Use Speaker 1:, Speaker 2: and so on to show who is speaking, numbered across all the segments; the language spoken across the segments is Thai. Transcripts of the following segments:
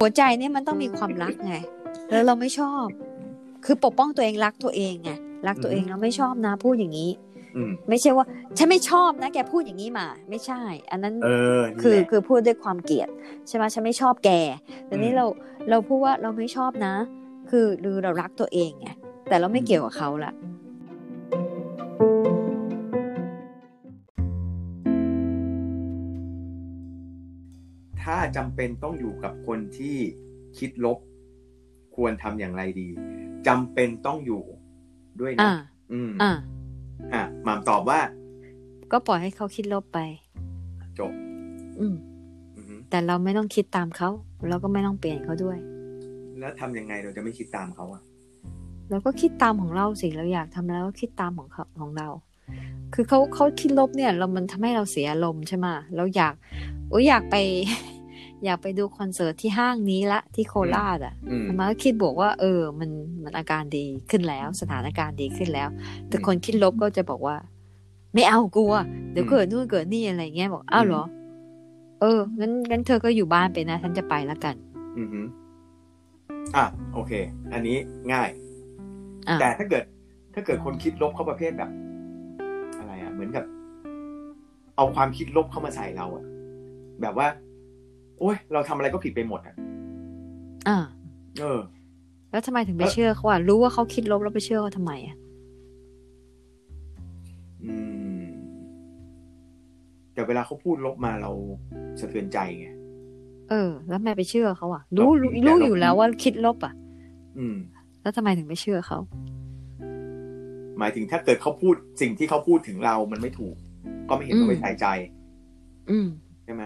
Speaker 1: หัวใจเนี่ยมันต้องมีความรักไง แล้วเราไม่ชอบ คือปกป้องตัวเองรักตัวเองไงรักตัวเองแล้วไม่ชอบนะพูดอย่างนี้
Speaker 2: อืม
Speaker 1: ไม่ใช่ว่าฉันไม่ชอบนะแกพูดอย่างนี้มา ไม่ใช่ อันนั้น
Speaker 2: เออนี่
Speaker 1: คือ
Speaker 2: แหละ
Speaker 1: คือพูดด้วยความเกลียดใช่ไหมฉันไม่ชอบแก แต่นี่
Speaker 2: อืม
Speaker 1: เราเราพูดว่าเราไม่ชอบนะ คือหรือเรารักตัวเองไงแต่เราไม่
Speaker 2: อืม
Speaker 1: เกี่ยวกับเขาละ
Speaker 2: ถ้าจำเป็นต้องอยู่กับคนที่คิดลบ ควรทำอย่างไรดีจำเป็นต้องอยู่ด้วยนะ
Speaker 1: อ่า
Speaker 2: อืม
Speaker 1: อ่า
Speaker 2: อ่ะหมามตอบว่า
Speaker 1: ก็ปล่อยให้เขาคิดลบไป
Speaker 2: จบ
Speaker 1: อืม
Speaker 2: อือหือ
Speaker 1: แต่เราไม่ต้องคิดตามเขาเราก็ไม่ต้องเปลี่ยนเขาด้วย
Speaker 2: แล้วทำยังไงเราจะไม่คิดตามเขาอะ
Speaker 1: เราก็คิดตามของเราสิเราอยากทำแล้วก็คิดตามของเขาของเรา คือเขาเขาคิดลบเนี่ย เรามันทำให้เราเสียอารมณ์ใช่ไหมเราอยากโอ้ยอยากไป อยากไปดูคอนเสิร์ตที่ห้างนี้ละที่โคราชอ่ะ
Speaker 2: อืม
Speaker 1: มาก็คิดบวกว่า เออ มันมันอาการดีขึ้นแล้ว สถานการณ์ดีขึ้นแล้ว แต่
Speaker 2: อืม
Speaker 1: คนคิดลบก็จะบอกว่า ไม่เอากลัว เดี๋ยว
Speaker 2: อืม
Speaker 1: เกิดนู่นเกิดนี่อะไรเงี้ยบอกอ้าว
Speaker 2: อืม
Speaker 1: เหรอ เอองั้นงั้นเธอก็อยู่บ้านไปนะฉันจะไปละกัน
Speaker 2: อือหืออ่ะโอเค อันนี้ง่าย
Speaker 1: อ่ะ
Speaker 2: แต่ถ้าเกิด ถ้าเกิดคนคิดลบเข้าประเภทแบบ อะไรอะเหมือนกับ เอาความคิดลบเข้ามาใส่เราอะแบบว่า โอ๊ย เราทำอะไรก็ผิดไปหมดอะ
Speaker 1: อ่า
Speaker 2: เออ
Speaker 1: แล้วทำไมถึงไป
Speaker 2: แล้ว
Speaker 1: เชื่อเขาอ่ะรู้ว่าเขาคิดลบแล้วไปเชื่อเขาทำไมอ่ะ
Speaker 2: อืม แต่เวลาเขาพูดลบมาเราสะเทือนใจไง
Speaker 1: เออ แล้วทำไมไปเชื่อเขาอ่ะรู้รู้
Speaker 2: เราคิด
Speaker 1: รู้
Speaker 2: แต่เรา
Speaker 1: อยู่แล้วว่าคิดลบอ่ะ
Speaker 2: อืม
Speaker 1: แล้วทำไมถึงไปเชื่อเขา
Speaker 2: หมายถึงถ้าเกิดเขาพูดสิ่งที่เขาพูดถึงเรามันไม่ถูก ก็ไม่เห็นต้องไปใส่ใจ
Speaker 1: อืม
Speaker 2: ใช่ไหม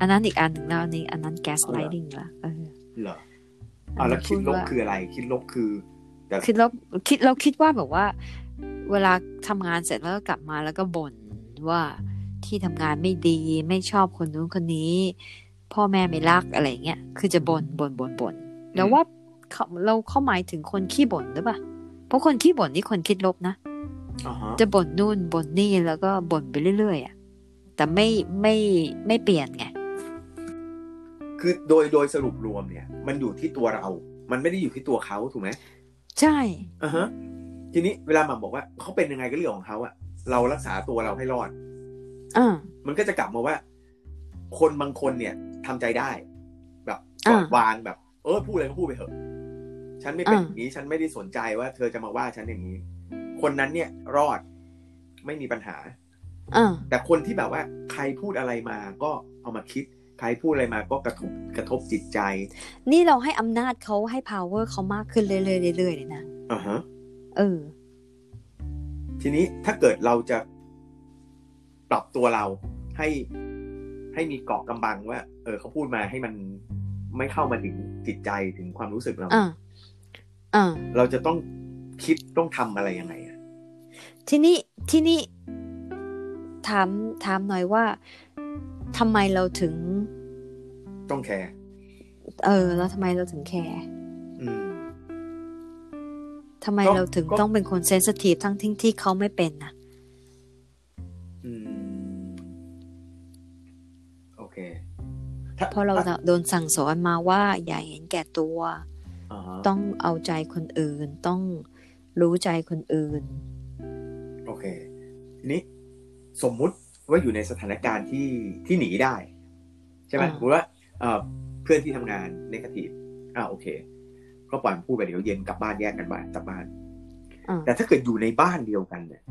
Speaker 1: อันนั้นอีกอันหนึ่งแล้วอันนี้อันนั้นแก๊สไลดิงละเออ
Speaker 2: เหรออ่าแล้วคิดลบคืออะไร คิดลบคือ แต่
Speaker 1: คิดเราคิดเราคิดว่าแบบว่า เวลาทำงานเสร็จแล้วก็กลับมาแล้วก็บ่นว่าที่ทำงานไม่ดีไม่ชอบคนนู้นคนนี้ พ่อแม่ไม่รักอะไรเงี้ยคือจะบน่นบ่นบ่นบ่นแล้วว่าเขาเราเข้าหมายถึงคนขี้บ่นหรือเปล่าเพราะคนขี้บ่นนี่คนคิดลบนะ
Speaker 2: อ่าฮะ
Speaker 1: จะบ่นนู่นบ่นนี่แล้วก็บ่นไปเรื่อยๆอ่ะแต่ไม่ไม่ไม่เปลี่ยนไง
Speaker 2: คือโดยโดยสรุปรวมเนี่ย มันอยู่ที่ตัวเรา มันไม่ได้อยู่ที่ตัวเขาถูกไหม
Speaker 1: ใช่
Speaker 2: อ่าฮะ ทีนี้เวลาหมาบอกว่าเขาเป็นยังไงก็เรื่องของเขาอะเรารักษาตัวเราให้รอด
Speaker 1: อ่า
Speaker 2: มันก็จะกลับมาว่า คนบางคนเนี่ยทำใจได้ แบบปล่อย
Speaker 1: อ่าว
Speaker 2: างแบบ เออพูดอะไรก็พูดไปเถอะ ฉันไม่เป็น
Speaker 1: อ่า
Speaker 2: อย่างนี้ ฉันไม่ได้สนใจว่า เธอจะมาว่าฉันอย่างนี้ คนนั้นเนี่ย รอดไม่มีปัญหา
Speaker 1: อ่า
Speaker 2: แต่คนที่แบบว่า ใครพูดอะไรมาก็เอามาคิด ใครพูดอะไรมาก็กระทบกระทบจิตใจ
Speaker 1: นี่เราให้อำนาจเขาให้ power เขามากขึ้นเรื่อยๆเรื่อยๆเลยนะ
Speaker 2: อ่าฮะ
Speaker 1: เออ
Speaker 2: ทีนี้ถ้าเกิดเราจะปรับตัวเราให้ให้มีเกราะกำบังว่า เออเขาพูดมาให้มันไม่เข้ามาถึงจิตใจถึงความรู้สึกเรา
Speaker 1: อ่าอ่า
Speaker 2: เราจะต้องคิดต้องทำอะไรยังไงอะ
Speaker 1: ทีนี้ทีนี้ถามถามหน่อยว่าทำไมเราถึง
Speaker 2: ต้องแคร์
Speaker 1: เออเราทำไมเราถึงแคร์
Speaker 2: อืม
Speaker 1: ทำไม
Speaker 2: ก็
Speaker 1: เราถึง
Speaker 2: ก็
Speaker 1: ต้องเป็นคนเซนสทีฟทั้งที่ที่เขาไม่เป็นนะ
Speaker 2: อืม โอเคถ้
Speaker 1: เพราะเรา
Speaker 2: ถ้
Speaker 1: โดนสั่งสอนมาว่า อย่าเห็นแก่ตัว
Speaker 2: อ่าฮะ
Speaker 1: ต้องเอาใจคนอื่น ต้องรู้ใจคนอื่น
Speaker 2: โอเค ทีนี้สมมุติว่าอยู่ในสถานการณ์ที่ที่หนีได้ ใช่ไหม
Speaker 1: อ่า
Speaker 2: สมมติว่าเอ่อเพื่อนที่ทำงานเนกาทีฟอ่าโอเค ก็ปล่อยมันพูดไปเดี๋ยวเย็นกลับบ้านแยกกันบ้านกลับบ้าน
Speaker 1: อ่า
Speaker 2: แต่ถ้าเกิดอยู่ในบ้านเดียวกันเนี่ย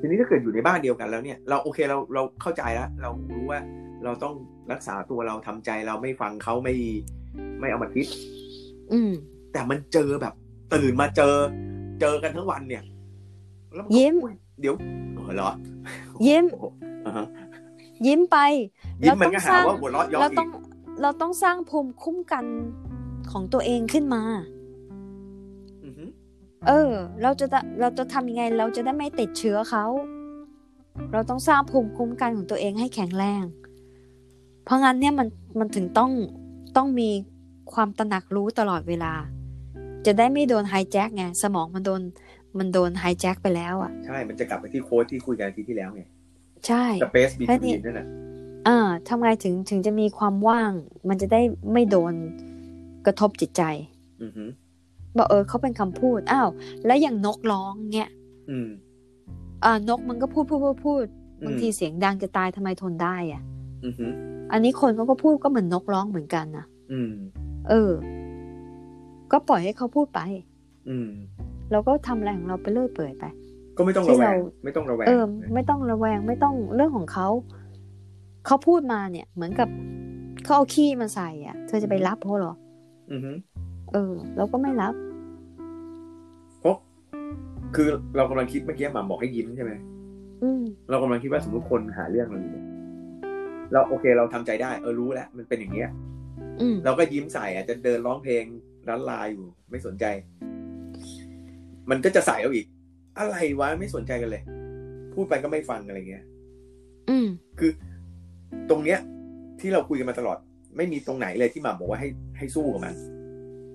Speaker 2: ทีนี้ถ้าเกิดอยู่ในบ้านเดียวกันแล้วเนี่ย เราโอเคเราเราเข้าใจแล้ว เรารู้ว่าเราต้องรักษาตัวเราทำใจเราไม่ฟังเขาไม่ไม่เอามาคิด
Speaker 1: อืม
Speaker 2: แต่มันเจอแบบตื่นมาเจอ เจอกันทั้งวันเนี่ยแล้วนก็
Speaker 1: ยิ้ม
Speaker 2: อุ๊เดี๋ยวเออเหรอ
Speaker 1: ยิ้ม
Speaker 2: โอ้โหอ่าฮะ
Speaker 1: ยิ้มไป
Speaker 2: ยิ้ม
Speaker 1: เรา
Speaker 2: มัน
Speaker 1: ต้อง
Speaker 2: ก็
Speaker 1: ส
Speaker 2: หา
Speaker 1: ร้าง
Speaker 2: ว่าหัวเราะเย้อ
Speaker 1: เรา
Speaker 2: น
Speaker 1: ต้อง
Speaker 2: อีก
Speaker 1: เราต้องสร้างภูมิคุ้มกันของตัวเองขึ้นมา
Speaker 2: อือฮึ
Speaker 1: เออ เราจะได้เราจะทำยังไง เราจะได้ไม่ติดเชื้อเขา เราต้องสร้างภูมิคุ้มกันของตัวเองให้แข็งแรง เพราะงั้นเนี่ยมันมันถึงต้องต้องมีความตระหนักรู้ตลอดเวลา จะได้ไม่โดนไฮแจ็คไงสมองมันโดนมันโดนไฮแจ็คไปแล้วอะ่ะ
Speaker 2: ใช่ มันจะกลับไปที่โค้ดที่คุยกันอาทีที่แล้วไง
Speaker 1: ใช่
Speaker 2: สเปซบี
Speaker 1: แค่นี้
Speaker 2: ทีนั่นแหละ
Speaker 1: อ่าทำไงถึงถึงจะมีความว่าง มันจะได้ไม่โดนกระทบจิตใจ
Speaker 2: อือหือ
Speaker 1: บอกเออเขาเป็นคำพูดอ้าวแล้วอย่างนกร้องเนี่ย
Speaker 2: อืม
Speaker 1: อ่านกมันก็พูดพูดพูดพูด
Speaker 2: อืม
Speaker 1: บางทีเสียงดังจะตายทำไมทนได้อ่ะ
Speaker 2: อือหือ
Speaker 1: อันนี้คนเขาก็พูดก็เหมือนนกร้องเหมือนกันนะ
Speaker 2: อืม
Speaker 1: เออ ก็ปล่อยให้เขาพูดไป
Speaker 2: อืม
Speaker 1: เราก็ทำอะไรของเราไปเรื่อยเปื่อยไป
Speaker 2: ก็ไม่ต้องระแวง
Speaker 1: ที่เรา
Speaker 2: ไม่ต้องระแวง
Speaker 1: เออ ไม่ต้องระแวงไม่ต้องเรื่องของเขาเขาพูดมาเนี่ย เหมือนกับเขาเอาขี้มาใส่อ่ะ เธอจะไปรับเขาเหรอ
Speaker 2: อือหือ
Speaker 1: เออเราก็ไม่รับ
Speaker 2: เพราะคือเรากำลังคิดเมื่อกี้หมาบอกให้ยิ้มใช่ไหม
Speaker 1: อืม
Speaker 2: เรากำลังคิดว่าสมมติคนหาเรื่องเราอยู่เนี่ยเราโอเคเราทำใจได้เออรู้แล้วมันเป็นอย่างเงี้ย
Speaker 1: อืม
Speaker 2: เราก็ยิ้มใส่อาจจะเดินร้องเพลงร้านลายอยู่ ไม่สนใจ มันก็จะใส่เอาอีก อะไรวะไม่สนใจกันเลย พูดไปก็ไม่ฟังอะไรเงี้ย
Speaker 1: อืม
Speaker 2: คือตรงเนี้ย ที่เราคุยกันมาตลอด ไม่มีตรงไหนเลยที่หมาบอกว่าให้ให้สู้กับมัน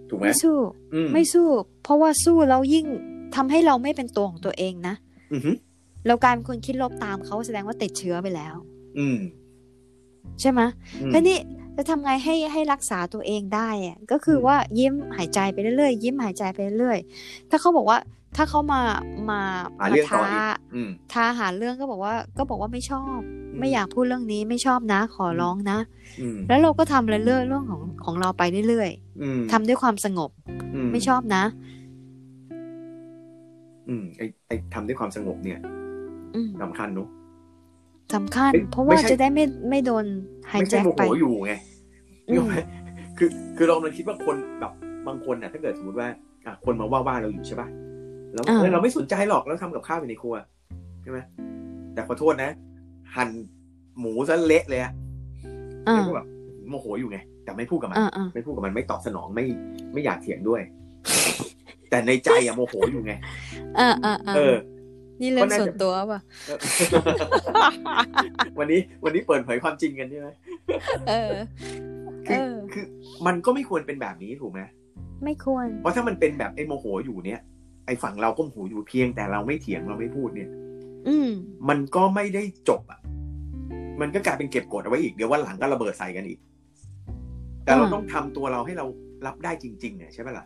Speaker 2: ถูกไหม
Speaker 1: ไม่สู้
Speaker 2: อืม
Speaker 1: ไม่สู้ เพราะว่าสู้แล้วยิ่งทำให้เราไม่เป็นตัวของตัวเองนะ
Speaker 2: อือหือ
Speaker 1: เรากลายเป็นคนคิดลบตามเขาแสดงว่าติดเชื้อไปแล้ว
Speaker 2: อืม
Speaker 1: ใช่ไหม
Speaker 2: อืม
Speaker 1: แล้วนี่จะทำไงให้ให้รักษาตัวเองได้อะก็คือว่ายิ้มหายใจไปเรื่อยๆยิ้มหายใจไปเรื่อยๆถ้าเขาบอกว่า ถ้าเขามามา
Speaker 2: หาเรื่อง
Speaker 1: มา
Speaker 2: ต่
Speaker 1: ท้า
Speaker 2: ออีกอืม
Speaker 1: ท้าหาเรื่องก็บอกว่า ก็บอกว่าไม่ชอบ ไม่อยากพูดเรื่องนี้ไม่ชอบนะ ขอร้องนะ
Speaker 2: อืม
Speaker 1: แล้วเราก็ทำเรื่อยๆเรื่องของของเราไปเรื่อย
Speaker 2: อืม
Speaker 1: ๆทำด้วยความสงบไม่ชอบนะ
Speaker 2: อืมไอไอทำด้วยความสงบเนี่ย
Speaker 1: อืม
Speaker 2: สำคัญเนาะ
Speaker 1: สำคัญ
Speaker 2: ไม่
Speaker 1: เพราะ
Speaker 2: ไม่
Speaker 1: ว่า
Speaker 2: ใช่
Speaker 1: จะได้ไม่ไม่โดนไฮ
Speaker 2: ไม่
Speaker 1: แจ็
Speaker 2: ใช่
Speaker 1: ค
Speaker 2: โมโห
Speaker 1: ไป
Speaker 2: อยู่ไง
Speaker 1: อืม
Speaker 2: นึกออกไหมคือ คือเรากำลังคิดว่าคนแบบบางคนน่ะ ถ้าเกิดสมมติว่า อ่ะคนมาว่าว่าเราอยู่ใช่ป่ะแล้ว
Speaker 1: อ่า
Speaker 2: เออเราไม่สนใจหรอกเราทำกับข้าวอยู่ในครัวใช่ไหมแต่ขอโทษนะ หั่นหมูซะเละเลยอะ
Speaker 1: อ่า
Speaker 2: แล้วก็แบบโมโหอยู่ไง แต่ไม่พูดกับมัน
Speaker 1: อ่าอ่า
Speaker 2: ไม่พูดกับมันไม่ตอบสนองไม่ไม่อยากเถียงด้วย แต่ในใจอะโมโหอยู่ไง
Speaker 1: อ่าอ่าอ่า
Speaker 2: เออ
Speaker 1: นี่เรื่องส่วนตัวป่ะ
Speaker 2: วันนี้วันนี้เปิดเผยความจริงกันใช่ไหม
Speaker 1: เออ เอ
Speaker 2: คือ
Speaker 1: อ
Speaker 2: คือมันก็ไม่ควรเป็นแบบนี้ถูกไหม
Speaker 1: ไม่ควร
Speaker 2: เพราะถ้ามันเป็นแบบไอ้โมโหอยู่เนี่ย ไอ้ฝั่งเราก็โมโหอยู่เพียงแต่เราไม่เถียงเราไม่พูดเนี่ย
Speaker 1: อืม
Speaker 2: มันก็ไม่ได้จบอ่ะ มันก็กลายเป็นเก็บกดเอาไว้อีกเดี๋ยววันหลังก็ระเบิดใส่กันอีก แต่เรา
Speaker 1: อ่า
Speaker 2: ต้องทำตัวเราให้เรารับได้จริงๆเนี่ยใช่ไหมล่ะ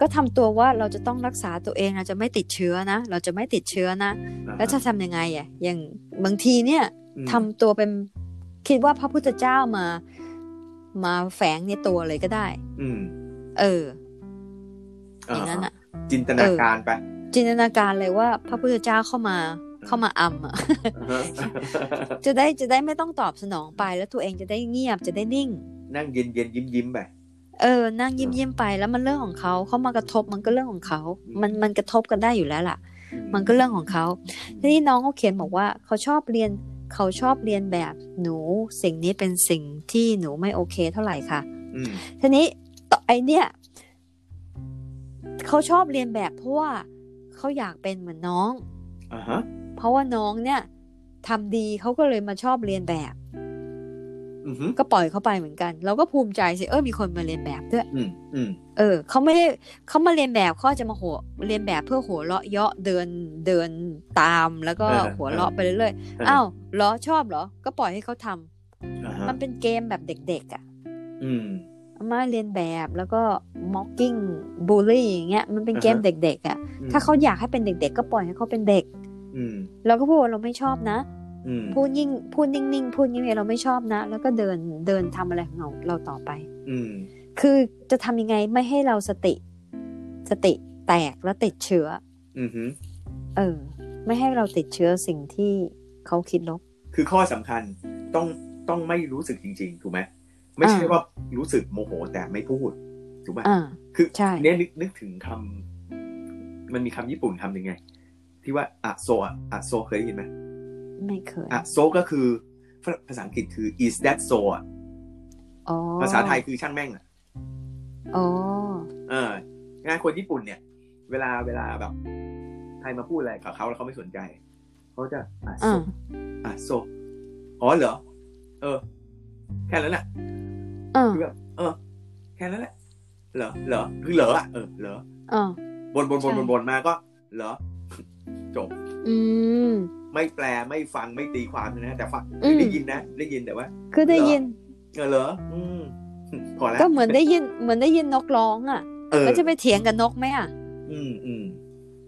Speaker 1: ก็ทำตัวว่าเราจะต้องรักษาตัวเองเราจะไม่ติดเชื้อนะ เราจะไม่ติดเชื้อนะ แล้วจะทำยังไงอ่ะ อย่างบางทีเนี่ย
Speaker 2: อืม
Speaker 1: ทำตัวเป็นคิดว่าพระพุทธเจ้ามา มาแฝงในตัวเลยก็ได้
Speaker 2: อืม
Speaker 1: เออ อย่างนั้นอ่ะ
Speaker 2: จินตนาการไป
Speaker 1: จินตนาการเลยว่าพระพุทธเจ้าเข้ามาเข้ามาอำอ่ะ จะได้จะได้ไม่ต้องตอบสนองไปแล้วตัวเองจะได้เงียบจะได้นิ่ง
Speaker 2: นั่งเย็นเย็นยิ้มยิ้มๆไป
Speaker 1: เออนั่งยิ้มยิ้มไปแล้วมันเรื่องของเขาเขามากระทบมันก็เรื่องของเขา มันมันกระทบกันได้อยู่แล้วล่ะ มันก็เรื่องของเขาทีนี้น้องเขาเขียนบอกว่าเขาชอบเรียนเขาชอบเรียนแบบหนูสิ่งนี้เป็นสิ่งที่หนูไม่โอเคเท่าไหร่ค่ะ
Speaker 2: อืม
Speaker 1: ทีนี้ต่อไอเนี่ยเขาชอบเรียนแบบเพราะว่าเขาอยากเป็นเหมือนน้อง
Speaker 2: อ่าฮะ
Speaker 1: เพราะว่าน้องเนี่ยทำดีเขาก็เลยมาชอบเรียนแบบ
Speaker 2: อือหือ
Speaker 1: ก็ปล่อยเขาไปเหมือนกัน เราก็ภูมิใจสิเออมีคนมาเรียนแบบด้วย
Speaker 2: อืมอืม
Speaker 1: เออเขาไม่ได้เขามาเรียนแบบเขาอาจจะมาหัวเรียนแบบเพื่อหัวเราะเยาะเดินเดินตามแล้วก็หัวเราะไปเรื่อยๆอ้าวเหรอชอบเหรอ ก็ปล่อยให้เขาทำ
Speaker 2: อ่าฮะ
Speaker 1: มันเป็นเกมแบบเด็ก ๆอ่ะ
Speaker 2: อืม
Speaker 1: มาเรียนแบบแล้วก็ mocking bully อย่างเงี้ยมันเป็นเกม
Speaker 2: อ่าฮะ
Speaker 1: เด็ก ๆ อ่ะ ถ้าเขาอยากให้เป็นเด็ก ๆ ก็ปล่อยให้เขาเป็นเด็ก
Speaker 2: อืม
Speaker 1: เราก็พูดว่าเราไม่ชอบนะ
Speaker 2: อืม
Speaker 1: พูดยิ่งพูดนิ่งๆพูดยิ่งเราไม่ชอบนะ แล้วก็เดินเดินทำอะไรของเราเราต่อไป
Speaker 2: อืม
Speaker 1: คือจะทำยังไงไม่ให้เราสติ สติแตกแล้วติดเชื้อ
Speaker 2: อือหือ
Speaker 1: เออ ไม่ให้เราติดเชื้อสิ่งที่เขาคิดลบ
Speaker 2: คือข้อสำคัญต้องต้องไม่รู้สึกจริง ๆ ถูกไหมไม่ใช่
Speaker 1: อ่า
Speaker 2: ว่ารู้สึกโมโหแต่ไม่พูด ถูกไหม
Speaker 1: อ่า
Speaker 2: คือ
Speaker 1: ใช่
Speaker 2: เนี่ยนึกนึกถึงคำมันมีคำญี่ปุ่นคำหนึ่งไง ที่ว่าอะโซอะอะโซเคยได้ยินไหม
Speaker 1: ไม่เคย
Speaker 2: อะโซก็คือฝรั่งภาษาอังกฤษคือ is that so อะ
Speaker 1: อ๋อ
Speaker 2: ภาษาไทยคือช่างแม่งอะ
Speaker 1: อ๋อ
Speaker 2: เอองานคนญี่ปุ่นเนี่ย เวลาเวลาแบบ ใครมาพูดอะไรกับเขาแล้วเขาไม่สนใจเขาจะอ่ะโซ
Speaker 1: อ่า
Speaker 2: อ่ะโซอ๋อเหรอ เออ แค่นั้นแหละ
Speaker 1: เออ
Speaker 2: คือแบบเออ แค่นั้นแหละ เหรอเหรอคือเหรออ่ะเออเหรอ
Speaker 1: เออบ
Speaker 2: นบนบนบนบนมาก็ เหรอ
Speaker 1: อืม
Speaker 2: ไม่แปลไม่ฟังไม่ตีความนะ แต่ฟัง
Speaker 1: อืม
Speaker 2: ได้ยินนะ ได้ยินแต่ว่า
Speaker 1: คือได้ยิน
Speaker 2: เออเหรออืม พอแล้ว
Speaker 1: ก็เหมือนได้ยินเหมือนได้ยินนกร้องอ่ะ
Speaker 2: เออ
Speaker 1: แล้วจะไปเถียงกับนกไหมอ่ะ
Speaker 2: อืมอืม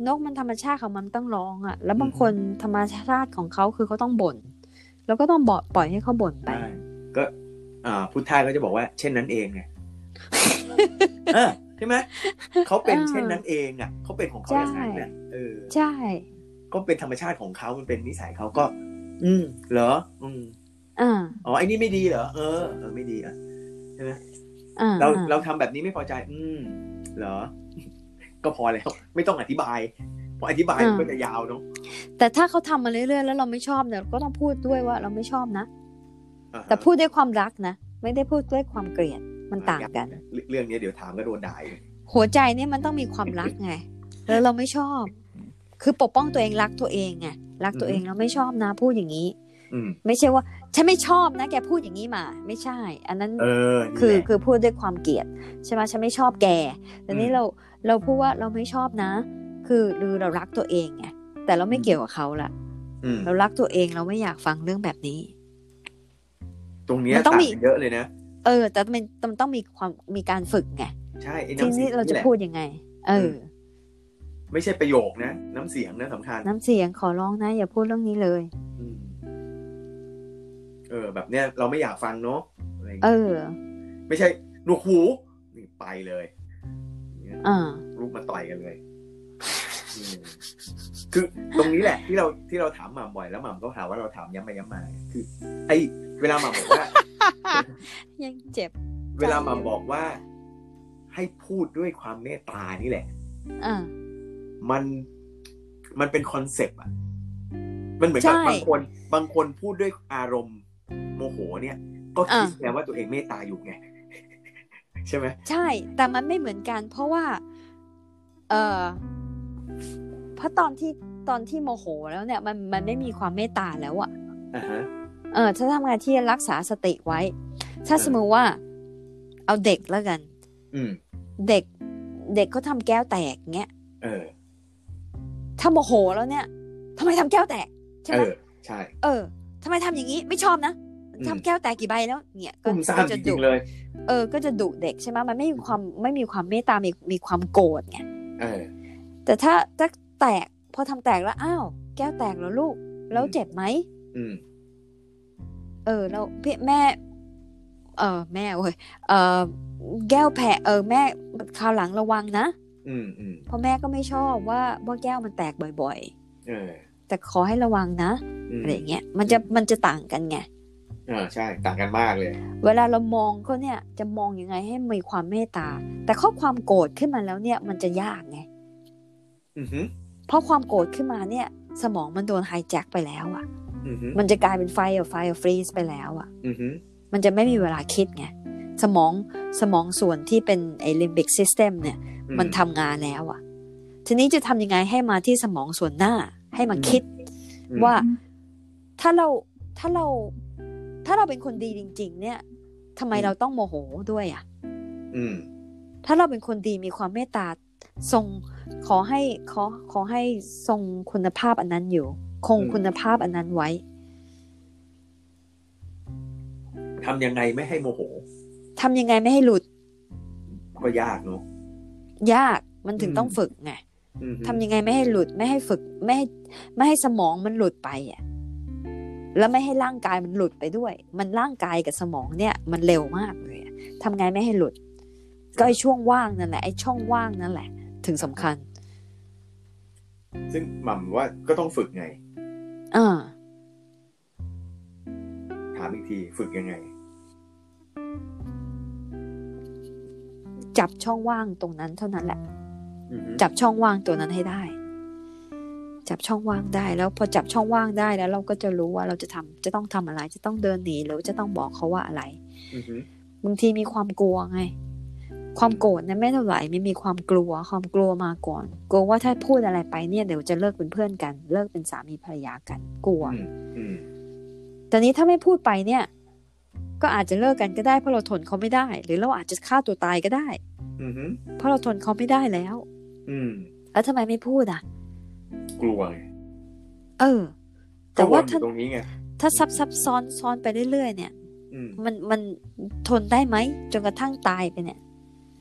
Speaker 1: นกมันธรรมชาติของมันต้องร้องอ่ะ แล้วบาง
Speaker 2: อืม
Speaker 1: คนธรรมชาติของเขาคือเขาต้องบ่น แล้วก็ต้องบอกปล่อยให้เขาบ่นไป
Speaker 2: ใช่ก็ อ่าพุทธาก็จะบอกว่า เช่นนั้นเอง ไงเออใช่ไหมเขาเป็น
Speaker 1: เออ
Speaker 2: เช่นนั้นเองอ่ะเขาเป็นของเขาอย่างนั้นเนี่ยเออ
Speaker 1: ใช่
Speaker 2: ก็เป็นธรรมชาติของเขามันเป็นนิสัยเขาก็ อืม เหรอ อืม
Speaker 1: อ่า
Speaker 2: อ๋อไอ้นี่ไม่ดีเหรอเออเออไม่ดีอ่ะใช่ไหม
Speaker 1: อ่า
Speaker 2: เรา
Speaker 1: อ่า
Speaker 2: เราทำแบบนี้ไม่พอใจ อืม เหรอ ก็พอแล้ว ไม่ต้องอธิบายเพราะอธิบายมันก็จะยาวเนาะ
Speaker 1: แต่ถ้าเขาทำมาเรื่อยๆแล้วเราไม่ชอบเนี่ยเราก็ต้องพูดด้วยว่าเราไม่ชอบนะ
Speaker 2: อ่าฮะ
Speaker 1: แต่พูดด้วยความรักนะ ไม่ได้พูดด้วยความเกลียด มันต่างกัน
Speaker 2: เรื่องเรื่องเนี้ยเดี๋ยวถามก็โดนด่าอีก
Speaker 1: หัวใจเนี่ยมันต้องมีความรัก ไง แล้วเราไม่ชอบ คือปกป้องตัวเองรักตัวเองไง รักตัวเองแล้วไม่ชอบนะ พูดอย่างนี้
Speaker 2: อืม
Speaker 1: ไม่ใช่ว่าฉันไม่ชอบนะ แกพูดอย่างนี้มา ไม่ใช่ อันนั้น
Speaker 2: เออ
Speaker 1: คือ
Speaker 2: นี่แหละ
Speaker 1: คือพูดด้วยความเกลียดใช่ไหมฉันไม่ชอบแก แต่นี่
Speaker 2: อืม
Speaker 1: เราเราพูดว่าเราไม่ชอบนะ คือหรือเรารักตัวเองไงแต่เราไม่เกี่ยวกับเขาละ
Speaker 2: อืม
Speaker 1: เรารักตัวเองเราไม่อยากฟังเรื่องแบบนี้
Speaker 2: ตรงเนี้ย
Speaker 1: มันต้อ
Speaker 2: ต่าง ง
Speaker 1: มี
Speaker 2: กันเยอะเลยนะ
Speaker 1: เออ แต่มันมันต้องมีความมีการฝึกไง
Speaker 2: ใช่ไอ้
Speaker 1: ที
Speaker 2: น้ำเสี
Speaker 1: นี้
Speaker 2: ยง
Speaker 1: เรา
Speaker 2: นี่
Speaker 1: จะ
Speaker 2: แหละ
Speaker 1: พูดยังไง เออ
Speaker 2: ม ไม่ใช่ประโยคนะ น้ำเสียงนะสำคัญ
Speaker 1: น้ำเสียงขอร้องนะ อย่าพูดเรื่องนี้เลย
Speaker 2: อืมเออ แบบเนี้ยเราไม่อยากฟังเนาะอะไรอย่าง
Speaker 1: เอ
Speaker 2: เงี้
Speaker 1: อ
Speaker 2: ยไม่ใช่หนวกหูนี่ไปเลยเนี่ย
Speaker 1: อ่า
Speaker 2: ลูกมาต่อยกันเลยอืมคือตรงนี้แหละ ที่เราที่เราถามหม่ำบ่อยแล้วหม่ำก็หาว่าเราถามย้ำไปย้ำมา คือ ไอ้เวลาหม่ำบอกว่า
Speaker 1: ยังเจ็บ
Speaker 2: เวลาหม่ำบอกว่า ให้พูดด้วยความเมตตานี่แหละ
Speaker 1: อ่า
Speaker 2: มันมันเป็นคอนเซปต์อ่ะ มันเหมือน
Speaker 1: ใช่
Speaker 2: กับบางคนบางคนพูดด้วยอารมณ์โมโหเนี่ย ก็คิด
Speaker 1: อ่ะ
Speaker 2: แค่ว่าตัวเองเมตตาอยู่ไง ใช่ไหม
Speaker 1: ใช่ แต่มันไม่เหมือนกัน เพราะว่า เออเพราะตอนที่ตอนที่โมโหแล้วเนี่ย มันมันไม่มีความเมตตาแล้วอะ
Speaker 2: อ่าฮะ
Speaker 1: เออถ้าทำงานที่รักษาสติไว้ ถ้า
Speaker 2: เออ
Speaker 1: สมมติว่า เอาเด็กแล้วกัน
Speaker 2: อืม
Speaker 1: เด็ก เด็กเขาทำแก้วแตกเงี้ย
Speaker 2: เออ
Speaker 1: ถ้าโมโหแล้วเนี่ยทำไมทำแก้วแตกใช่
Speaker 2: เอ
Speaker 1: ไหม
Speaker 2: อ ใช่
Speaker 1: เออทำไมทำอย่างนี้ไม่ชอบนะทำแก้วแตกกี่ใบแล้วเนี่ยก็
Speaker 2: ตุ้มซ่า
Speaker 1: ก็
Speaker 2: มจ
Speaker 1: จะ
Speaker 2: ริ
Speaker 1: ดุ
Speaker 2: งๆเลย
Speaker 1: เออ ก็จะดุเด็กใช่ไหมมันไม่มีความไม่มีความเมตตามีมีความโกรธไง
Speaker 2: เออ
Speaker 1: แต่ถ้าถ้าแตกพอทำแตกแล้วอ้าวแก้วแตกแล้วลูก แล้วเจ็บไหม
Speaker 2: อืม
Speaker 1: เออแล้วพี่แม่ เออแม่เว้ยเออแก้วแผลเออแม่คราวหลังระวังนะ
Speaker 2: อืมอืม
Speaker 1: เพราะแม่ก็ไม่ชอบว่าว่าแก้วมันแตกบ่อย
Speaker 2: เออ
Speaker 1: ๆ แต่ขอให้ระวังนะ
Speaker 2: อืม
Speaker 1: อะไรอย่างเงี้ยมันจะมันจะต่างกันไง
Speaker 2: เออใช่ ต่างกันมากเลย
Speaker 1: เวลาเรามองเขาเนี่ยจะมองยังไงให้มีความเมตตา แต่ข้อความโกรธขึ้นมาแล้วเนี่ยมันจะยากไง
Speaker 2: อือหือ
Speaker 1: เพราะความโกรธขึ้นมาเนี่ย สมองมันโดนไฮแจ็คไปแล้วอะ
Speaker 2: อือหือ
Speaker 1: มันจะกลายเป็นไฟอะไฟฟรีซไปแล้วอะ
Speaker 2: อือหือ
Speaker 1: มันจะไม่มีเวลาคิดไง สมองสมองส่วนที่เป็นไอลิมบิกซิสเต็มเนี่ย
Speaker 2: อื
Speaker 1: มันทำงานแล้วอะทีนี้จะทำยังไงให้มาที่สมองส่วนหน้าให้มาคิด
Speaker 2: อืม
Speaker 1: ว่าถ้าเราถ้าเราถ้าเราเป็นคนดีจริง ๆ เนี่ยทำไมเราต้องโมโหด้วยอะ
Speaker 2: อืม
Speaker 1: ถ้าเราเป็นคนดีมีความเมตตาทรงขอให้ขอขอให้ทรงคุณภาพอันนั้นอยู่ คง
Speaker 2: อืม
Speaker 1: คุณภาพอันนั้นไว้
Speaker 2: ทำยังไงไม่ให้โมโห
Speaker 1: ทำยังไงไม่ให้หลุด
Speaker 2: ก็ยากเนาะ
Speaker 1: ยากมันถึง
Speaker 2: อืม
Speaker 1: ต้องฝึกไง
Speaker 2: อือหือ
Speaker 1: ทำยังไงไม่ให้หลุดไม่ให้ฝึกไม่ให้ไม่ให้สมองมันหลุดไปอ่ะแล้วไม่ให้ร่างกายมันหลุดไปด้วย มันร่างกายกับสมองเนี่ย มันเร็วมากเลยอะทำไงไม่ให้หลุด ก็ไอ้ช่วงว่างนั่นแหละไอ้ช่องว่างนั่นแหละ ถึงสำคัญ
Speaker 2: ซึ่งหม่ำว่าก็ต้องฝึกไง
Speaker 1: อ่า
Speaker 2: ถามอีกที ฝึกยังไง
Speaker 1: จับช่องว่างตรงนั้นเท่านั้นแหละ
Speaker 2: อือหือ
Speaker 1: จับช่องว่างตัวนั้นให้ได้ จับช่องว่างได้ แล้วพอจับช่องว่างได้แล้ว เราก็จะรู้ว่าเราจะทำจะต้องทำอะไร จะต้องเดินหนีหรือจะต้องบอกเขาว่าอะไร
Speaker 2: อือหือบ
Speaker 1: างทีมีความกลัวไง ความโกรธเนี่ยไม่เท่าไหร่ไม่มีความกลัว ความกลัวมาก่อน กลัวว่าถ้าพูดอะไรไปเนี่ยเดี๋ยวจะเลิกเป็นเพื่อนกัน เลิกเป็นสามีภรรยากัน กลัว
Speaker 2: อืมอืม
Speaker 1: แต่นี้ถ้าไม่พูดไปเนี่ย ก็อาจจะเลิกกันก็ได้เพราะเราทนเขาไม่ได้ หรือเราอาจจะฆ่าตัวตายก็ได้
Speaker 2: อือหือ
Speaker 1: เพราะเราทนเขาไม่ได้แล้ว
Speaker 2: อืม
Speaker 1: แล้วทำไมไม่พูดอ่ะ
Speaker 2: กลัวไง
Speaker 1: เออ แต่ว่า
Speaker 2: ก็นอ
Speaker 1: ถ้า
Speaker 2: ยู่ตรงนี้ไง
Speaker 1: ถ้าซับซับซ้อนซ้อนไปเรื่อยๆเนี่ย
Speaker 2: อืม
Speaker 1: มันมันทนได้ไหมจนกระทั่งตายไปเนี่ย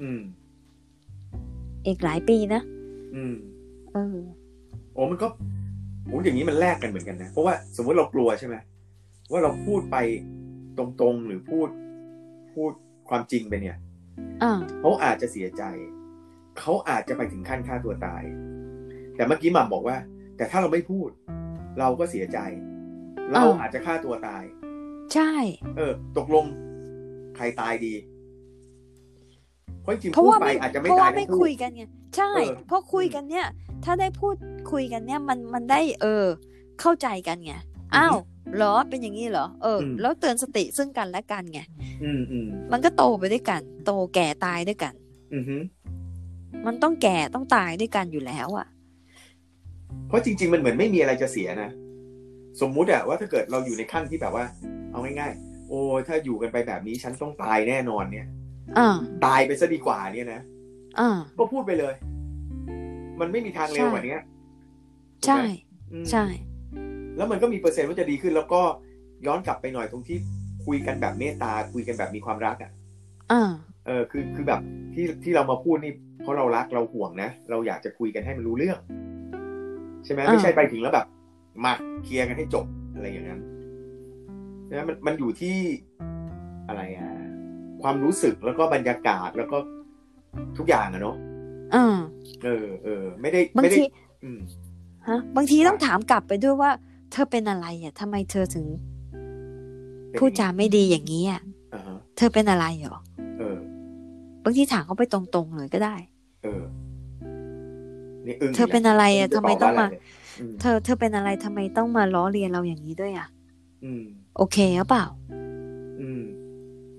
Speaker 2: อืม
Speaker 1: อีกหลายปีนะ
Speaker 2: อืม
Speaker 1: เออ
Speaker 2: โอ้มันก็โอ้อย่างนี้มันแลกกันเหมือนกันนะ เพราะว่าสมมติเรากลัวใช่ไหมว่าเราพูดไปตรงๆหรือพูดพูดความจริงไปเนี่ย
Speaker 1: อ่า
Speaker 2: เขาอาจจะเสียใจ เขาอาจจะไปถึงขั้นฆ่าตัวตาย แต่เมื่อกี้หม่ำบอกว่า แต่ถ้าเราไม่พูด เราก็เสียใจ เรา
Speaker 1: อ่า
Speaker 2: อาจจะฆ่าตัวตาย
Speaker 1: ใช่
Speaker 2: เออ ตกลงใครตายดีเพราะจริงๆ
Speaker 1: เพราะ
Speaker 2: พูด
Speaker 1: ว่า
Speaker 2: ไป
Speaker 1: ไม่
Speaker 2: อาจจะไม่
Speaker 1: เพราะ
Speaker 2: ตา
Speaker 1: ว่าย ไม่
Speaker 2: ทั้งคู่
Speaker 1: คุยกันไงใช่
Speaker 2: เออ
Speaker 1: เพราะคุยกันเนี่ย ถ้าได้พูดคุยกันเนี่ยมันมันได้เออ เข้าใจกันไงอ้าวเหรอเป็นอย่างนี้เหรอเอออ แล้วเตือนสติซึ่งกันและกันไง
Speaker 2: อืมอืม
Speaker 1: มันก็โตไปด้วยกัน โตแก่ตายด้วยกัน
Speaker 2: อือฮึ
Speaker 1: มันต้องแก่ต้องตายด้วยกันอยู่แล้วอะ
Speaker 2: เพราะจริง ๆ มันเหมือนไม่มีอะไรจะเสียนะ สมมุติอะว่าถ้าเกิดเราอยู่ในขั้นที่แบบว่า เอาง่ายๆ โอ้ยถ้าอยู่กันไปแบบนี้ฉันต้องตายแน่นอนเนี่ย
Speaker 1: อ่า
Speaker 2: ตายไปซะดีกว่าเนี่ยนะ
Speaker 1: อ่า
Speaker 2: ก็พูดไปเลย มันไม่มีทางเร็วกว่านี้
Speaker 1: ใช่
Speaker 2: อืม
Speaker 1: ใช่
Speaker 2: แล้วมันก็มีเปอร์เซ็นต์ว่าจะดีขึ้น แล้วก็ย้อนกลับไปหน่อยตรงที่คุยกันแบบเมตตา คุยกันแบบมีความรักอ่ะ
Speaker 1: อ่า
Speaker 2: เออ คือ คือแบบที่ที่เรามาพูดนี่ เพราะเรารักเราห่วงนะ เราอยากจะคุยกันให้มันรู้เรื่อง ใช่ไหม
Speaker 1: อ่า
Speaker 2: ไม่ใช่ไปถึงแล้วแบบ มาเคลียร์กันให้จบอะไรอย่างนั้นใช่ไหมมันมันอยู่ที่อะไรอ่ะ ความรู้สึกแล้วก็บรรยากาศแล้วก็ทุกอย่างอะเนาะ
Speaker 1: อ่า
Speaker 2: เออ เออ ไม่ได้
Speaker 1: บาง
Speaker 2: ไม่ได้
Speaker 1: ที
Speaker 2: อืม
Speaker 1: ฮะบางทีต้องถามกลับไปด้วยว่า เธอเป็นอะไรอะทำไมเธอถึง
Speaker 2: เป็น
Speaker 1: พูดจาไม่ดีอย่างนี้อะ
Speaker 2: อ่าฮะ
Speaker 1: เธอเป็นอะไรเหรอ
Speaker 2: เออ
Speaker 1: บางทีถามเขาไปตรงๆเลยก็ได้
Speaker 2: เออ นี่อึ้ง
Speaker 1: เธอเป็นอะไรอะทำไมต้องมา
Speaker 2: เลยอืม
Speaker 1: เธอเธอเป็นอะไรทำไมต้องมาล้อเลียนเราอย่างนี้ด้วยอะ
Speaker 2: อืม
Speaker 1: โอเคหรือเปล่า
Speaker 2: อืม